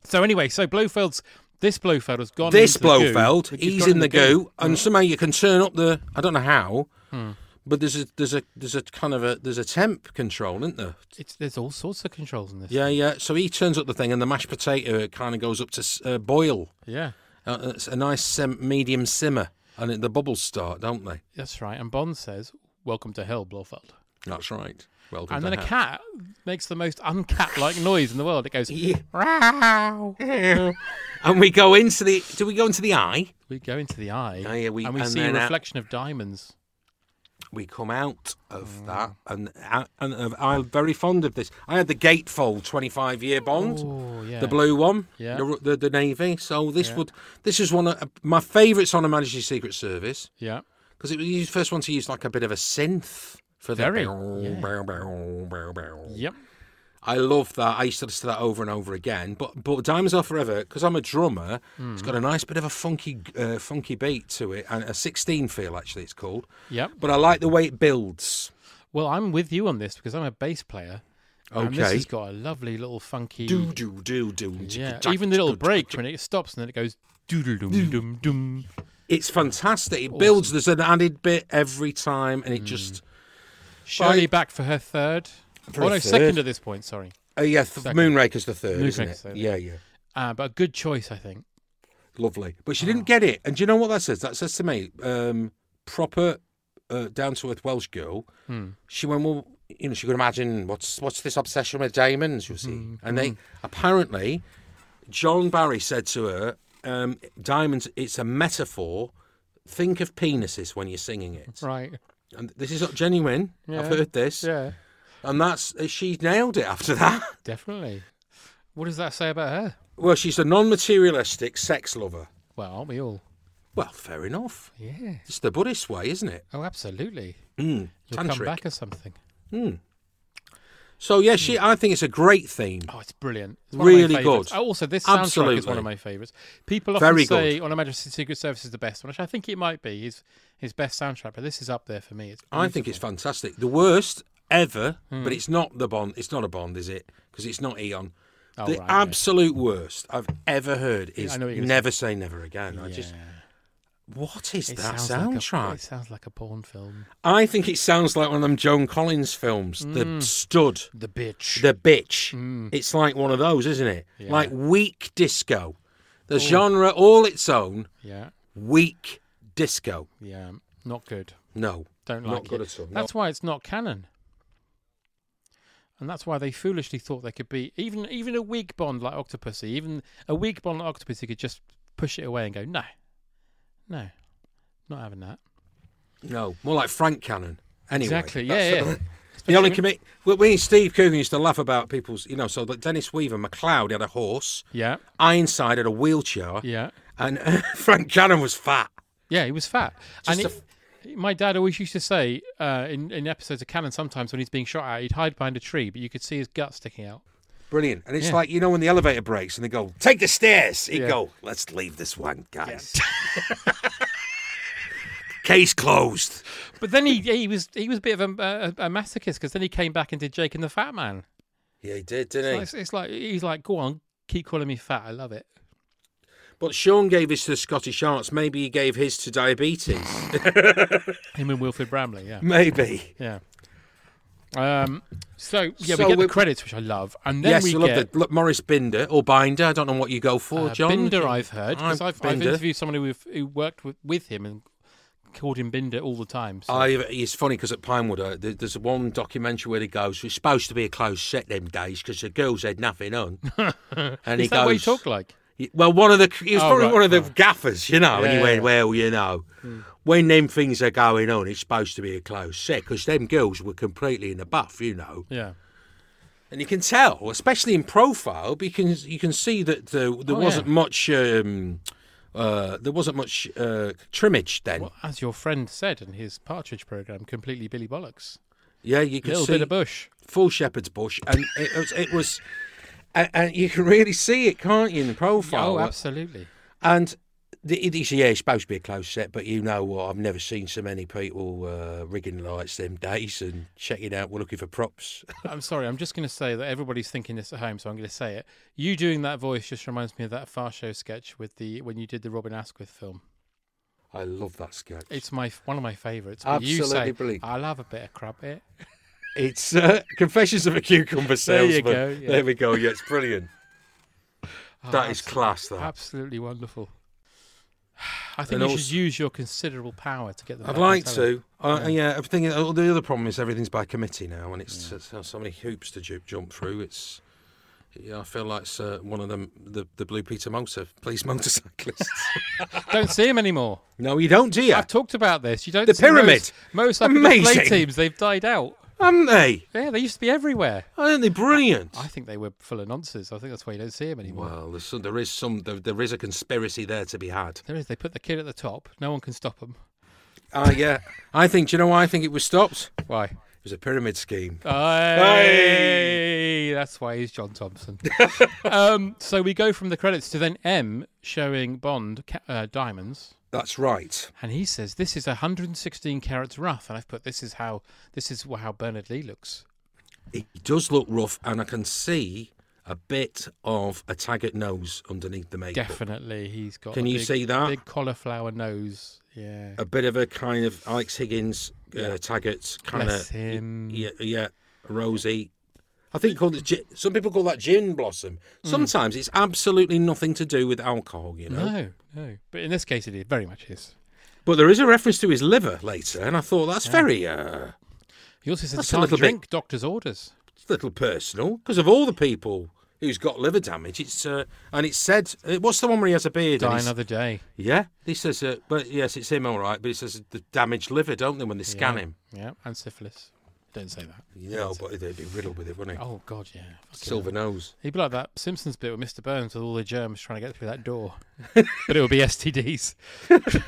So anyway, so Blofeld's This Blofeld has gone.
This
into the goo.
Blofeld,
He's
he's
gone
in the goo,
Mm.
and somehow you can turn up the. I don't know how,
Hmm.
but there's a there's a there's a kind of a there's a temp control, isn't there?
It's, there's all sorts of controls in this.
Yeah, yeah. So he turns up the thing, and the mashed potato it kind of goes up to s- uh, boil.
Yeah.
Uh, it's a nice sim- medium simmer, and it, the bubbles start, don't they?
That's right. And Bond says, "Welcome to hell, Blofeld."
That's right. Welcome.
And
to
then a
hell.
cat makes the most uncat-like noise in the world. It goes.
and we go into the. Do we go into the eye?
We go into the eye.
Oh, yeah, we-
and we
and
see a
then out-
reflection of diamonds.
We come out of that, and and uh, I'm very fond of this. I had the gatefold 25 year bond,
Oh, yeah.
the blue one,
Yeah.
the, ru- the the navy. So this
Yeah.
would this is one of uh, my favourites on a Majesty's Secret Service
Yeah.
because it was the first one to use like a bit of a synth for the
Very,
bow,
yeah.
bow, bow, bow, bow.
Yep.
I love that. I used to listen to that over and over again. But but Diamonds Are Forever because I'm a drummer.
Hmm.
It's got a nice bit of a funky uh, funky beat to it and a 16 feel actually. It's called.
Yep.
But I like the way it builds.
Well, I'm with you on this because I'm a bass player. And this
Okay.
has got a lovely little funky.
Do do do do.
Yeah. Even the little break when it stops and then it goes doodle dum dum dum.
It's fantastic. It builds. There's an added bit every time,
Mm.
and it just.
Shirley
Right.
back for her third.
For
oh
her
no, second
third.
at this point. Sorry.
Oh yeah, th-
Second.
Moonraker's the third, isn't
Moonraker's
it?
third.
Yeah, yeah.
Uh, but a good choice, I think.
Lovely. But she
Ah.
didn't get it. And do you know what that says? That says to me, um, proper uh, down to earth Welsh girl.
Hmm.
She went, well, you know, she could imagine what's what's this obsession with diamonds, you see.
Mm-hmm.
And they
Hmm.
apparently, John Barry said to her, um, diamonds, it's a metaphor. Think of penises when you're singing it.
Right.
And this is not genuine. I've
Yeah.
heard this.
Yeah.
And that's, eh, she nailed it after that.
Definitely. What does that say about her?
Well, she's a non materialistic sex lover.
Well, aren't we all?
Well, fair enough.
Yeah.
It's the Buddhist way, isn't it?
Oh, absolutely.
Mm.
You'll come back as something.
Mm. So yeah, she. I think it's a great theme.
Oh, it's brilliant. It's one of my
Really
favourites.
good.
Oh, Also, this soundtrack is one
Absolutely.
of my favourites. People often
Very good.
say On Her Majesty's Secret Service is the best one, which I think it might be. His his best soundtrack, but this is up there for me. It's
I think it's fantastic. The worst ever,
Mm.
but it's not the Bond. It's not a Bond, is it? Because it's not Eon.
Oh,
the
right, yeah.
absolute worst I've ever heard
Yeah,
is
I know what you're gonna
"Never Say Never Again." I just,
Yeah.
what is
It
that
sounds like a-
soundtrack?
it sounds like a porn film.
I think it sounds like one of them Joan Collins films,
Mm.
The Stud,
The bitch.
The Bitch.
Mm.
It's like one of those, isn't it?
Yeah.
Like weak disco, the
Oh.
genre all its own.
yeah,
Weak disco.
yeah. Not good.
No,
Don't
not
like
good
it.
at all.
That's why it's not canon. And that's why they foolishly thought they could be even even a weak bond like Octopussy, even a weak bond like Octopussy could just push it away and go, No. No. Not having that.
No, more like Frank Cannon. Anyway,
Exactly,
that's
yeah,
the-
yeah.
The only
Especially-
commit. Well, we Steve Coogan used to laugh about people's, you know. So that Dennis Weaver, McLeod had a horse.
Yeah.
Ironside had a wheelchair,
Yeah.
and uh, Frank Cannon was fat.
Yeah, he was fat.
Just
and
a
it- my dad always used to say uh, in, in episodes of Cannon sometimes when he's being shot at, he'd hide behind a tree, but you could see his gut sticking out.
Brilliant. And it's
Yeah.
like you know when the elevator breaks and they go, "Take the stairs." He'd
Yeah.
go, "Let's leave this one, guys." Case closed.
But then he he was he was a bit of a, a, a masochist because then he came back and did Jake and the Fat Man.
Yeah, he did, didn't
So
he?
it's, it's like he's like, go on, keep calling me fat. I love it.
But Sean gave his to the Scottish Arts. Maybe he gave his to diabetes.
Him and Wilfred Bramley, yeah,
Maybe.
yeah. Um, so yeah,
So
we get
we-
the credits, which I love, and then
yes,
we
I love
get
the look, Morris Binder or Binder. I don't know what you go for,
uh,
John.
Binder. I've heard because
I'm
I've, I've
Binder.
interviewed someone who who worked with, with him and called him Binder all the time. So.
I, it's funny because at Pinewood, uh, there- there's one documentary where he goes, it's supposed to be a closed set them days because the girls had nothing on. and
Is
he
that what he
goes-
talked like?
He- Well, one of the, he was
Oh,
probably
right,
one of the
right.
gaffers, you know, and he
Yeah, Hmm.
went,
yeah.
well, you know, when them things are going on, it's supposed to be a closed set because them girls were completely in the buff, you know.
Yeah.
And you can tell, especially in profile, because you can see that there, there
Oh,
wasn't
yeah.
much. Um, uh, there wasn't much uh, trimmage then.
Well, as your friend said in his Partridge program, completely Billy Bollocks.
Yeah, you could
Little
see
bit of bush.
full shepherd's bush, and it was. It was and, and you can really see it, can't you, in the profile?
Oh, absolutely.
And It, it's, yeah, it's supposed to be a close set, but you know what? I've never seen so many people uh, rigging lights them days and checking out. We're looking for props.
I'm sorry, I'm just going to say that everybody's thinking this at home, so I'm going to say it. You doing that voice just reminds me of that Far Show sketch with the when you did the Robin Asquith film.
I love that sketch.
It's my one of my favourites. but you
Absolutely
say,
brilliant.
I'll have a bit of crab here.
It's uh, Confessions of a Cucumber
There you
Salesman.
go, yeah.
There we go. Yeah, it's brilliant.
Oh,
that is
absolutely-
class. That.
absolutely wonderful. I think
And
you should
also-
use your considerable power to get them.
I'd
back on
like
telly.
to. Uh, yeah. I'm thinking. oh, the other problem is everything's by committee now, and it's uh, so, so many hoops to ju- jump through. It's. Yeah, I feel like it's, uh, one of them, the, the Blue Peter Motor police motorcyclists.
don't see him anymore.
No, you don't, do you?
I've talked about this. You don't.
The
see most-
pyramid.
Most, African play
Amazing.
teams they've died out.
Haven't they?
Yeah, they used to be everywhere.
Aren't they brilliant?
I think they were full of nonsense. I think that's why you don't see them anymore.
Well, there's some, there is some, there, there is a conspiracy there to be had.
There is. They put the kid at the top. No one can stop them.
Ah, yeah. I think. Do you know why I think it was stopped?
Why?
It was a pyramid scheme.
Hey, that's why he's John Thompson. um, so we go from the credits to then M showing Bond ca- uh, diamonds,
That's right.
and he says, "This is 116 carats rough," and I've put, "This is how this is wh- how Bernard Lee looks."
It does look rough, and I can see a bit of a Taggart nose underneath the makeup.
Definitely, he's got.
Can
a
you
big-
see that?
big cauliflower nose? Yeah.
A bit of a kind of Alex Higgins, uh, Taggart kind
Bless
of.
him.
Yeah, yeah, rosy. I think called it, gi- some people call that gin blossom.
Mm.
Sometimes it's absolutely nothing to do with alcohol, you know.
No, no. But in this case, it is very much is.
But there is a reference to his liver later, and I thought that's
Yeah.
very uh,
He also says,
That's a
"Can't
little bit-
drink doctor's orders."
little personal because of all the people who's got liver damage. It's uh, and it said, uh, what's the one where he has a beard? and
Die
he's-
another day.
Yeah, he says, uh, but yes, it's him, all right. But he says the damaged liver, don't they, when they scan
Yeah,
him?
Yeah, and syphilis. Don't say that.
No, but they'd be riddled with it, wouldn't he?
Oh God, yeah. Fucking
Silver
hell.
nose.
He'd be like that Simpsons bit with Mr. Burns with all the germs trying to get through that door, but it would be STDs.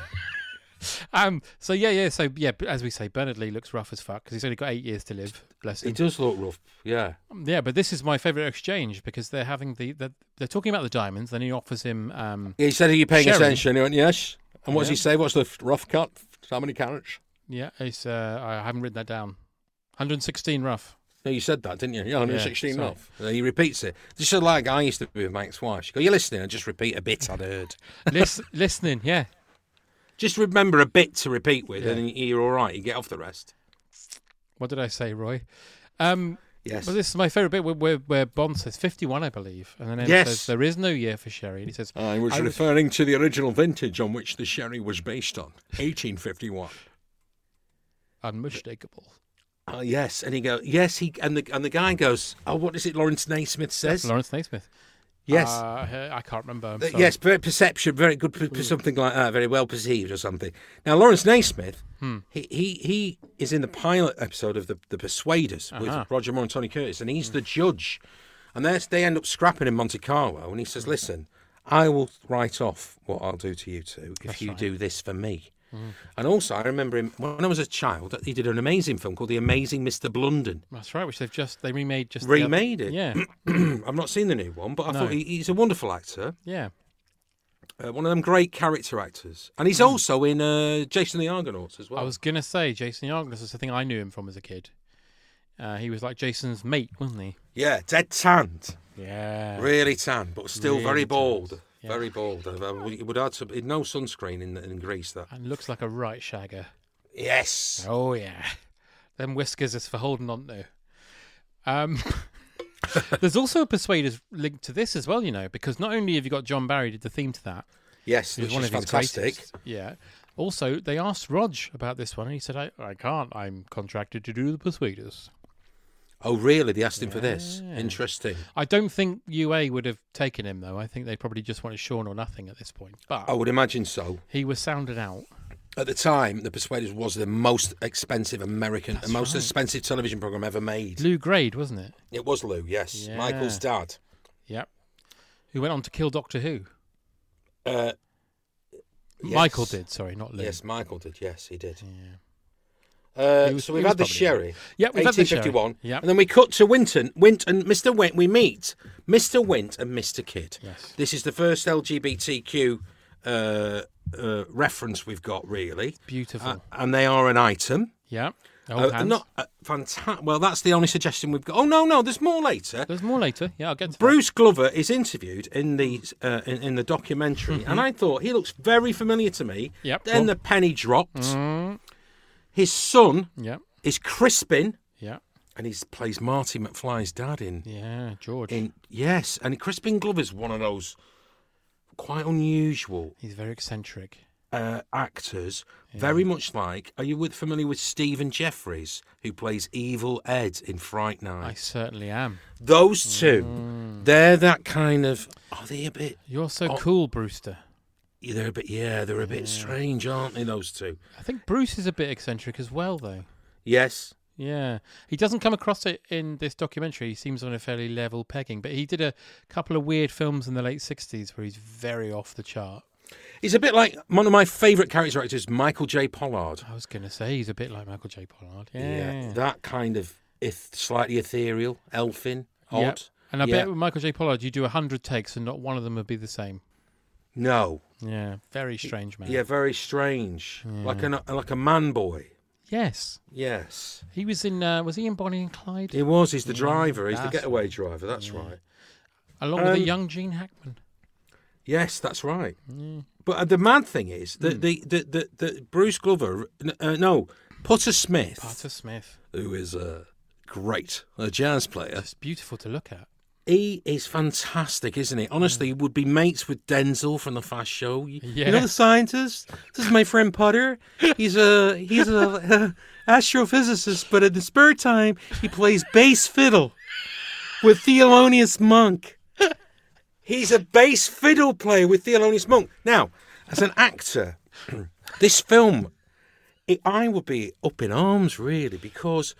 um. So yeah, yeah. So yeah, but as we say, Bernard Lee looks rough as fuck because he's only got eight years to live. Bless him. Um,
He does look rough. Yeah.
Yeah, but this is my favorite exchange because they're having the they're, they're talking about the diamonds. Then he offers him. Um,
He said, "Are you paying
sherry.
attention?" He went, "Yes." And what does
Yeah.
he say? What's the f- rough cut? How many carrots?
Yeah, it's. Uh, I haven't written that down. 116 rough.
No, you said that, didn't you? Yeah, 116
sorry.
rough. And he repeats it. Just like I used to do with Mike's wife. She go, "You listening?" I just repeat a bit I'd heard.
Lis- listening, yeah.
Just remember a bit to repeat with,
Yeah.
and you're all right. You get off the rest.
What did I say, Roy? Um,
Yes.
Well, this is my favourite bit where, where, where Bond says 51, I believe. And then Em
Yes.
says, There is no year for sherry. And he says,
Uh, I was referring to the original vintage on which the sherry was based on, 1851.
Unmistakable.
Oh yes, and he goes, yes, he and the and the guy goes, oh, what is it? Lawrence Naismith says,
That's Lawrence Naismith.
yes,
Uh, I can't remember. I'm
Uh,
sorry.
yes, per- perception, very good, per- per- something like that, very well perceived or something. Now Lawrence Naismith,
Hmm.
he, he he is in the pilot episode of the the Persuaders
Uh-huh. Hmm.
with Roger Moore and Tony Curtis, and he's the judge, and they they end up scrapping in Monte Carlo, and he
Hmm.
says, listen, I will write off what I'll do to you two if
That's
you
right. Hmm.
do this for me. And also, I remember him when I was a child. He did an amazing film called The Amazing Mr. Blunden.
That's right, which they've just, they remade just. the other-
Remade it.
Yeah,
I've not seen the new one, but I
No.
thought he, he's a wonderful actor.
yeah.
Uh, one of them great character actors, and he's also in uh, Jason the Argonauts as well.
Hmm. I was going to say Jason Yargos is the thing I knew him from as a kid. Uh, he was like Jason's mate, wasn't he?
Yeah, dead tanned,
Yeah.
really tanned, but still
Really
very
tanned.
bald,
Yeah.
very bald. Uh, uh, It would add to it no sunscreen in, in Greece. That
And looks like a right shagger.
yes,
Oh yeah, them whiskers is for holding on to. Um, there's also a persuaders link to this as well, you know, because not only have you got John Barry did the theme to that,
yes,
who's
which is
his
fantastic.
greatest- Yeah. Also, they asked Rog about this one, and he said, "I, I can't. I'm contracted to do the persuaders."
Oh, really? They asked him for this.
Yeah.
Interesting.
I don't think UA would have taken him though. I think they probably just wanted Sean or nothing at this point. But
I would imagine so.
he was sounded out.
At the time, The Persuaders was the most expensive American,
That's
the most
right.
expensive television program ever made.
Lou Grade, wasn't it?
It was Lou, yes, Michael's dad.
Yep. Who went on to kill Doctor Who?
Uh,
Michael
yes.
did. Sorry, not Lou.
Yes, Michael did. Yes, he did.
Yeah.
Uh,
He was-
so
he
we've
was
had the
probably
sherry.
right. Yeah, we've had the sherry.
1851.
Yeah.
And then we cut to Winton. Winton, Mr. Wint. We meet Mr. Wint and Mr. Kidd.
Yes.
This is the first LGBTQ uh, uh, reference we've got, really.
Beautiful.
Uh, and they are an item.
Yeah. Oh,
Uh, not uh, fantastic. Well, that's the only suggestion we've got. Oh no, no, there's more later.
There's more later. Yeah, I'll get to
Bruce Glover is interviewed in the uh, in, in the documentary,
Mhm.
and I thought he looks very familiar to me.
Yep. Mm.
Then the penny dropped. His son.
Yep.
Is Crispin.
Yeah.
And he plays Marty McFly's dad in.
Yeah, George.
In yes, and Crispin Glover's one of those quite unusual.
He's very eccentric.
Uh, actors, very much like. Are you with, familiar with Stephen Jeffries, who plays Evil Ed in Fright Night?
I Mm. certainly am.
Those two, they're that kind of. Are they a bit?
You're so
Oh.
cool, Brewster.
yeah, They're a bit. Yeah, they're a bit strange, aren't they? Those two.
I think Bruce is a bit eccentric as well, though.
Yes.
Yeah, he doesn't come across it in this documentary. He seems on a fairly level pegging, but he did a couple of weird films in the late '60s where he's very off the chart.
He's a bit like one of my favourite character actors, Michael J. Pollard.
I was going to say he's a bit like Michael J. Pollard. Yeah,
that kind of if slightly ethereal, elfin, odd.
Yep. And I
Yeah.
bet with Michael J. Pollard, you do a hundred takes and not one of them would be the same.
No.
Yeah, very strange man.
Yeah, very strange. Like an like a man boy.
Yes,
Yes.
he was in. Uh, was he in Bonnie and Clyde?
He was. He's the
Yeah,
driver. He's the
Mm, that's
getaway driver. That's
Yeah.
right.
Along with a
Um,
young Gene Hackman.
Yes, that's right. But uh, the mad thing is
Mm.
that the, the, the, the Bruce Glover, n- uh, no, Putter Smith,
Potter Smith.
who is uh, great, a jazz player.
It's beautiful to look at.
He is fantastic, isn't he? Honestly, he would be mates with Denzel from the Fast Show. You, you
Yeah.
know the scientist. This is my friend Putter. He's a he's a uh, astrophysicist, but in his spare time he plays bass fiddle with Thelonious Monk. He's a bass fiddle player with Thelonious Monk. Now, as an actor, this film, it, I would be up in arms really because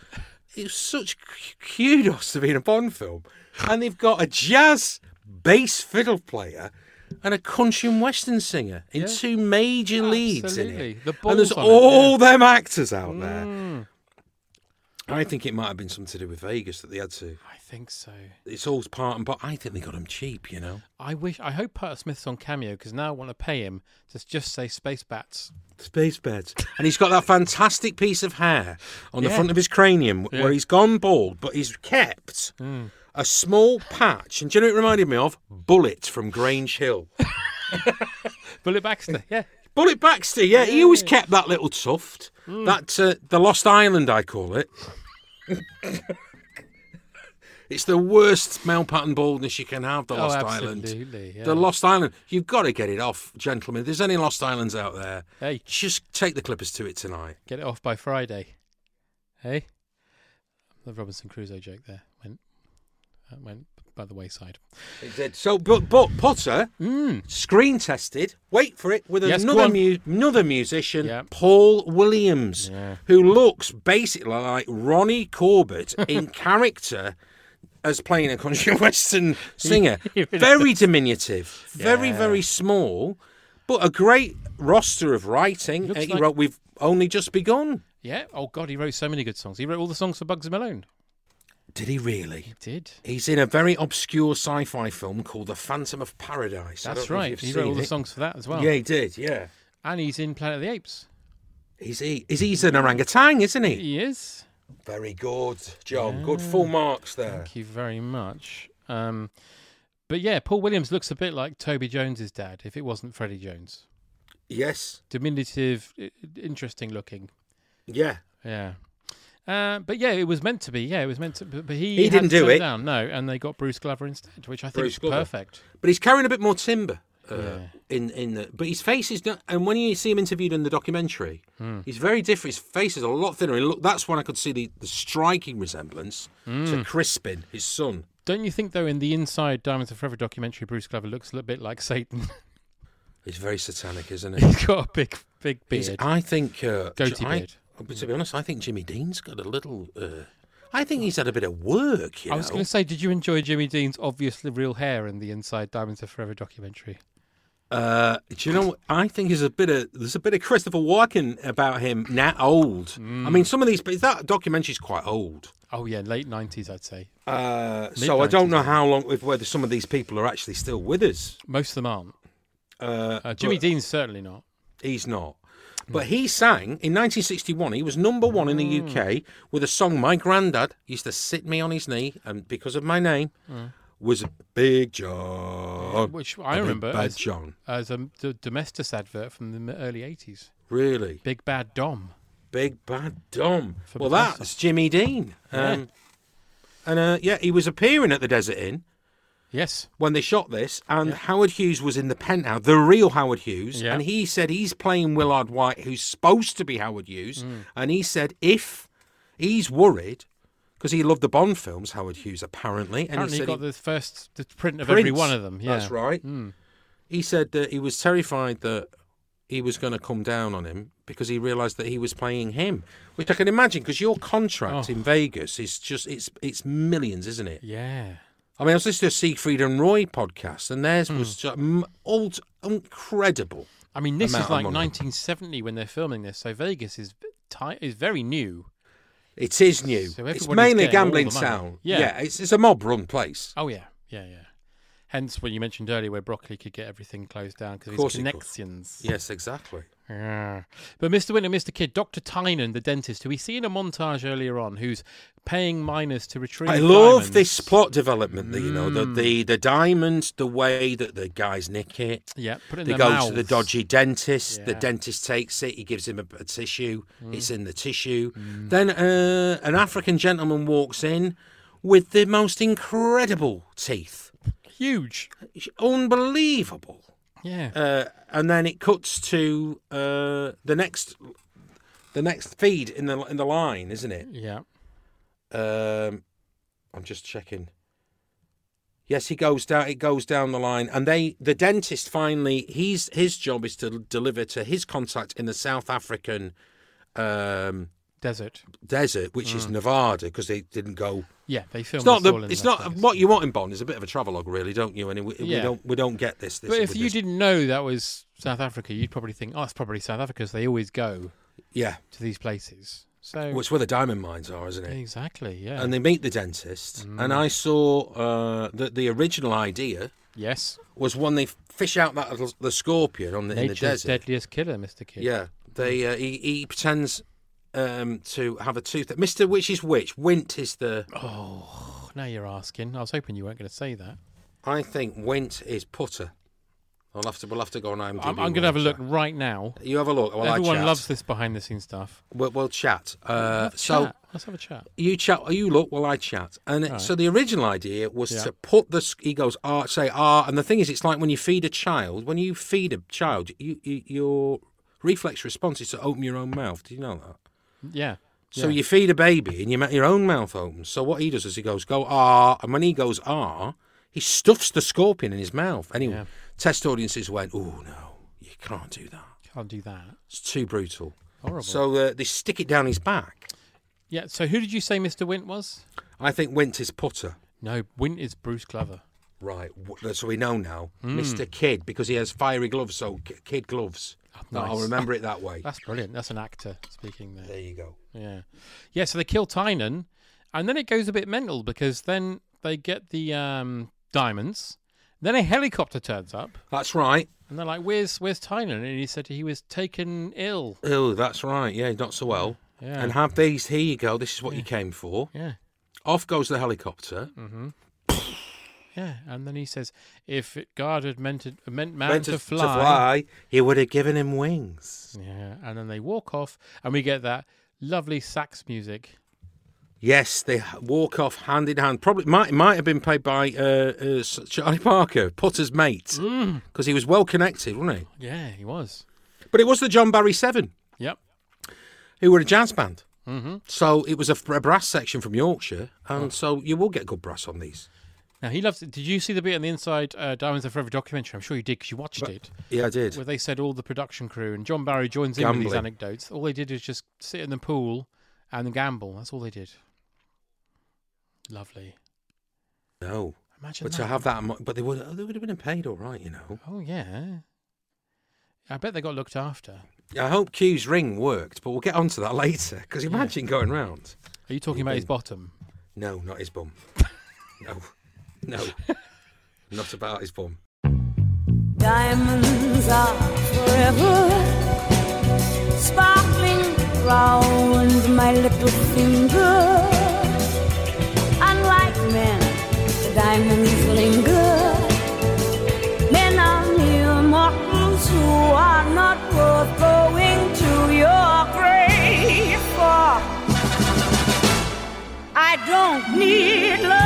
it's such c- kudos to be in a Bond film, and they've got a jazz bass fiddle player. And a country and western singer in
Yeah.
two major leads in
Absolutely.
it,
The
and there's
balls on it,
all
yeah. Mm.
them actors out there. I think it might have been something to do with Vegas that they had to
I think so.
it's all part and part. I think they got him cheap, you know.
I wish. I hope Potter Smith's on cameo because now I want to pay him to just say space bats.
Space beds. And he's got that fantastic piece of hair on the
Yeah.
front of his cranium w-
Yeah.
where he's gone bald, but he's kept a small patch. And do you know what it reminded me of? Bullet from Grange Hill.
Bullet Baxter. Yeah.
Bullet Baxter, yeah, he always kept that little tuft.
Hmm.
That uh, the Lost Island, I call it. it's the worst male pattern baldness you can have. The
Oh,
Lost
absolutely,
Island,
yeah.
the Lost Island. You've got to get it off, gentlemen. If there's any Lost Islands out there,
Hey.
just take the Clippers to it tonight.
Get it off by Friday. Hey. The Robinson Crusoe joke there went that went by the wayside.
It did. So, but, but Potter screen tested. Wait for it with
Hmm. Yes, go
another
on.
mu- another musician,
Yeah.
Paul Williams,
Yeah.
who looks basically like Ronnie Corbett in character as playing a country and western singer.
He really
very diminutive, very
Yeah.
very small, but a great roster of writing.
Looks
Uh, he
like-
wrote, "We've only just begun."
Yeah. Oh God, he wrote so many good songs. He wrote all the songs for Bugs Malone.
Did he really?
He did.
He's in a very obscure sci-fi film called The Phantom of Paradise. I
That's
don't know if
right.
you've
He wrote
seen
all the
it.
songs for that as well.
Yeah, he did. Yeah,
And he's in Planet of the Apes.
he's he, is he's an orangutan, isn't he?
He is.
Very good, John. Good full marks there.
Thank you very much. Um, but yeah, Paul Williams looks a bit like Toby Jones's dad, if it wasn't Freddie Jones.
Yes.
Diminutive, i- interesting looking.
Yeah.
Yeah. Uh, but yeah, it was meant to be. Yeah, it was meant to. But but he
He
had
didn't
to
do
turn
it.
Down. No, and they got Bruce Glover instead, which I think
Bruce
is
Glover.
perfect.
But he's carrying a bit more timber. Uh,
Yeah.
In in the but his face is not, and when you see him interviewed in the documentary,
Hmm.
he's very different. His face is a lot thinner. He look, that's when I could see the, the striking resemblance
Hmm.
to Crispin, his son.
Don't you think though? In the Inside Diamonds Are Forever documentary, Bruce Glover looks a little bit like Satan.
He's very satanic, isn't he?
He's got a big, big beard.
He's- I think uh,
Goatee
I-
beard.
but to be honest, I think Jimmy Dean's got a little. Uh, I think he's had a bit of work. You
I was
know?
going to say, did you enjoy Jimmy Dean's obviously real hair in the Inside Diamonds Are Forever documentary?
Uh, do you know? what? I think there's a bit of there's a bit of Christopher Walken about him now old. I mean, some of these but that documentary's quite old.
Oh yeah, late nineties, I'd say.
Uh, so I don't know how long if whether some of these people are actually still with us.
Most of them aren't.
Uh,
Jimmy
but
Dean's certainly not.
He's not. But he sang in 1961. He was number one in the UK with a song my granddad used to sit me on his knee, and because of my name,
Mm.
was Big John.
Which
The
I
Big
remember
Bad
as,
John.
as a d- domestic advert from the m- early 80s.
Really?
Big Bad Dom.
Big Bad Dom.
For
well,
Bethesda.
that's Jimmy Dean. Um, And uh, yeah, he was appearing at the Desert Inn.
Yes.
When they shot this, and Howard Hughes was in the penthouse, the real Howard Hughes,
Yeah.
and he said he's playing Willard White, who's supposed to be Howard Hughes,
Mm.
and he said if he's worried, because he loved the Bond films, Howard Hughes apparently, and
Apparently,
he
he
said
got
he-
the first the print of every
Prince,
one of them. Yeah.
that's right.
Mm.
he said that he was terrified that he was going to come down on him because he realised that he was playing him, which I can imagine because your
Oh.
contract in Vegas is just it's it's millions, isn't it?
Yeah.
I mean, I was listening to a Siegfried and Roy podcast, and theirs was
Hmm.
just m- alt- incredible.
I mean, this
amount
is
of
like
money.
1970 when they're filming this, so Vegas is tight, is very new.
It is new.
So
it's
everybody's
mainly a
getting all the
gambling
money.
town.
Yeah.
it's, it's a mob run place.
Oh yeah, yeah, yeah. Hence, what you mentioned earlier, where Broccoli could get everything closed down because
Of
of
course
his
he could.
connections.
Yes, exactly.
Yeah. But Mr. Winter, Mr. Kid, Dr. Tynan, the dentist, who we see in a montage earlier on, who's paying miners to retrieve.
I love
diamonds. Hmm.
this plot development. that, You know, the, the the diamonds, the way that the guys nick it.
Yeah, put it in
They
their
go to
mouths.
the dodgy dentist. The
Yeah. Mm.
dentist takes it. He gives him a, a tissue. It's in the tissue. Then uh, an African gentleman walks in with the most incredible teeth,
huge,
unbelievable.
Yeah.
Uh, and then it cuts to uh, the next the next feed in the in the line, isn't it?
yeah.
Um, I'm just checking. Yes, he goes down. It goes down the line, and they, the dentist, finally, he's his job is to deliver to his contact in the South African um,
Desert.
desert, which is
Mm.
Nevada, because they didn't go.
Yeah, they filmed
It's not
this
the.
all in
It's
Las
not
Vegas.
what you want in Bond. Is a bit of a travelogue, really, don't you? And we, we
Yeah.
don't. We don't get this. this
But if
with
you
this.
didn't know that was South Africa, you'd probably think, oh, it's probably South Africa, 'cause they always go
yeah,
to these places. So
well, it's where the diamond mines are, isn't it?
exactly, yeah.
And they meet the dentist,
Mm.
and I saw uh, that the original idea
yes,
was when they fish out that little- the scorpion on the, in the
nature's
desert.
deadliest killer, Mr. Kid. Mm.
Yeah, they uh, he, he pretends um, to have a tooth. Mister Which is Which. Wint is the.
Oh, now you're asking. I was hoping you weren't going to say that.
I think Wint is putter. I'll have to. We'll have to go on IMDb.
I'm, I'm going to have a look
later.
right now.
You have a look. While
Everyone
I chat.
loves this behind the scenes stuff.
We'll, we'll chat. Uh,
Have a
so
chat. let's have a chat.
you chat. You look while I chat. And it-
Right.
so the original idea was
Yeah.
to put the. sc- He goes ah say ah, and the thing is, it's like when you feed a child. When you feed a child, you, you your reflex response is to open your own mouth. Do you know that?
Yeah.
So
yeah.
you feed a baby and you make your own mouth opens. So what he does is he goes, go ah, and when he goes ah, he stuffs the scorpion in his mouth. Anyway,
Yeah.
test audiences went, oh no, you can't do that.
can't do that.
It's too brutal.
Horrible.
So uh, they stick it down his back.
yeah. So who did you say Mr. Wint was?
I think went his putter.
No, Wint is Bruce Glover.
Right, w- so we know now,
Hmm.
Mr. Kid, because he has fiery gloves, so k- kid gloves. No, I'll
Oh, Ah, nice.
remember it that way.
That's brilliant. That's an actor speaking there.
there you go.
Yeah. Yeah, so they kill Tynan and then it goes a bit mental because then they get the um, diamonds. Then a helicopter turns up
That's right.
and they're like, Where's where's Tynan? And he said he was taken ill.
Oh, that's right. Yeah, not so well.
Yeah.
And have these. Here you go. This is what you came for.
Yeah. Mm.
Off goes the helicopter.
Yeah. And then he says, If it God had meant it, meant man
Meant
to,
to
fly,
he would have given him wings.
Yeah. And then they walk off and we get that lovely sax music.
Yes, they h- walk off hand in hand. Probably might might have been played by uh, uh, S- Charlie Parker, Putter's mate, because
Mm.
he was well connected, wasn't he?
Yeah, he was.
But it was the John Barry Seven,
Yep.
who were a jazz band.
Mm-hmm.
So it was a, f- a brass section from Yorkshire, and so you will get good brass on these.
Now he loves it. Did you see the bit on the Inside uh, Diamonds Are Forever documentary? I'm sure you did because you watched it.
Yeah, I did.
Where they said all the production crew and John Barry joins in with these
Gambling.
anecdotes. All they did is just sit in the pool and gamble. That's all they did. Lovely.
No,
Imagine
but
that.
to have that, mo- but they would they would have been paid all right, you know.
Oh yeah. I bet they got looked after.
I hope Q's ring worked, but we'll get onto that later. Because imagine going round.
Are you talking about his bottom?
No, not his bum. no, no, not about his bum.
Da Diamonds are forever sparkling round my little finger. Unlike men, the diamonds linger. Men are mere mortals who are not worth going to your grave for. I don't need love.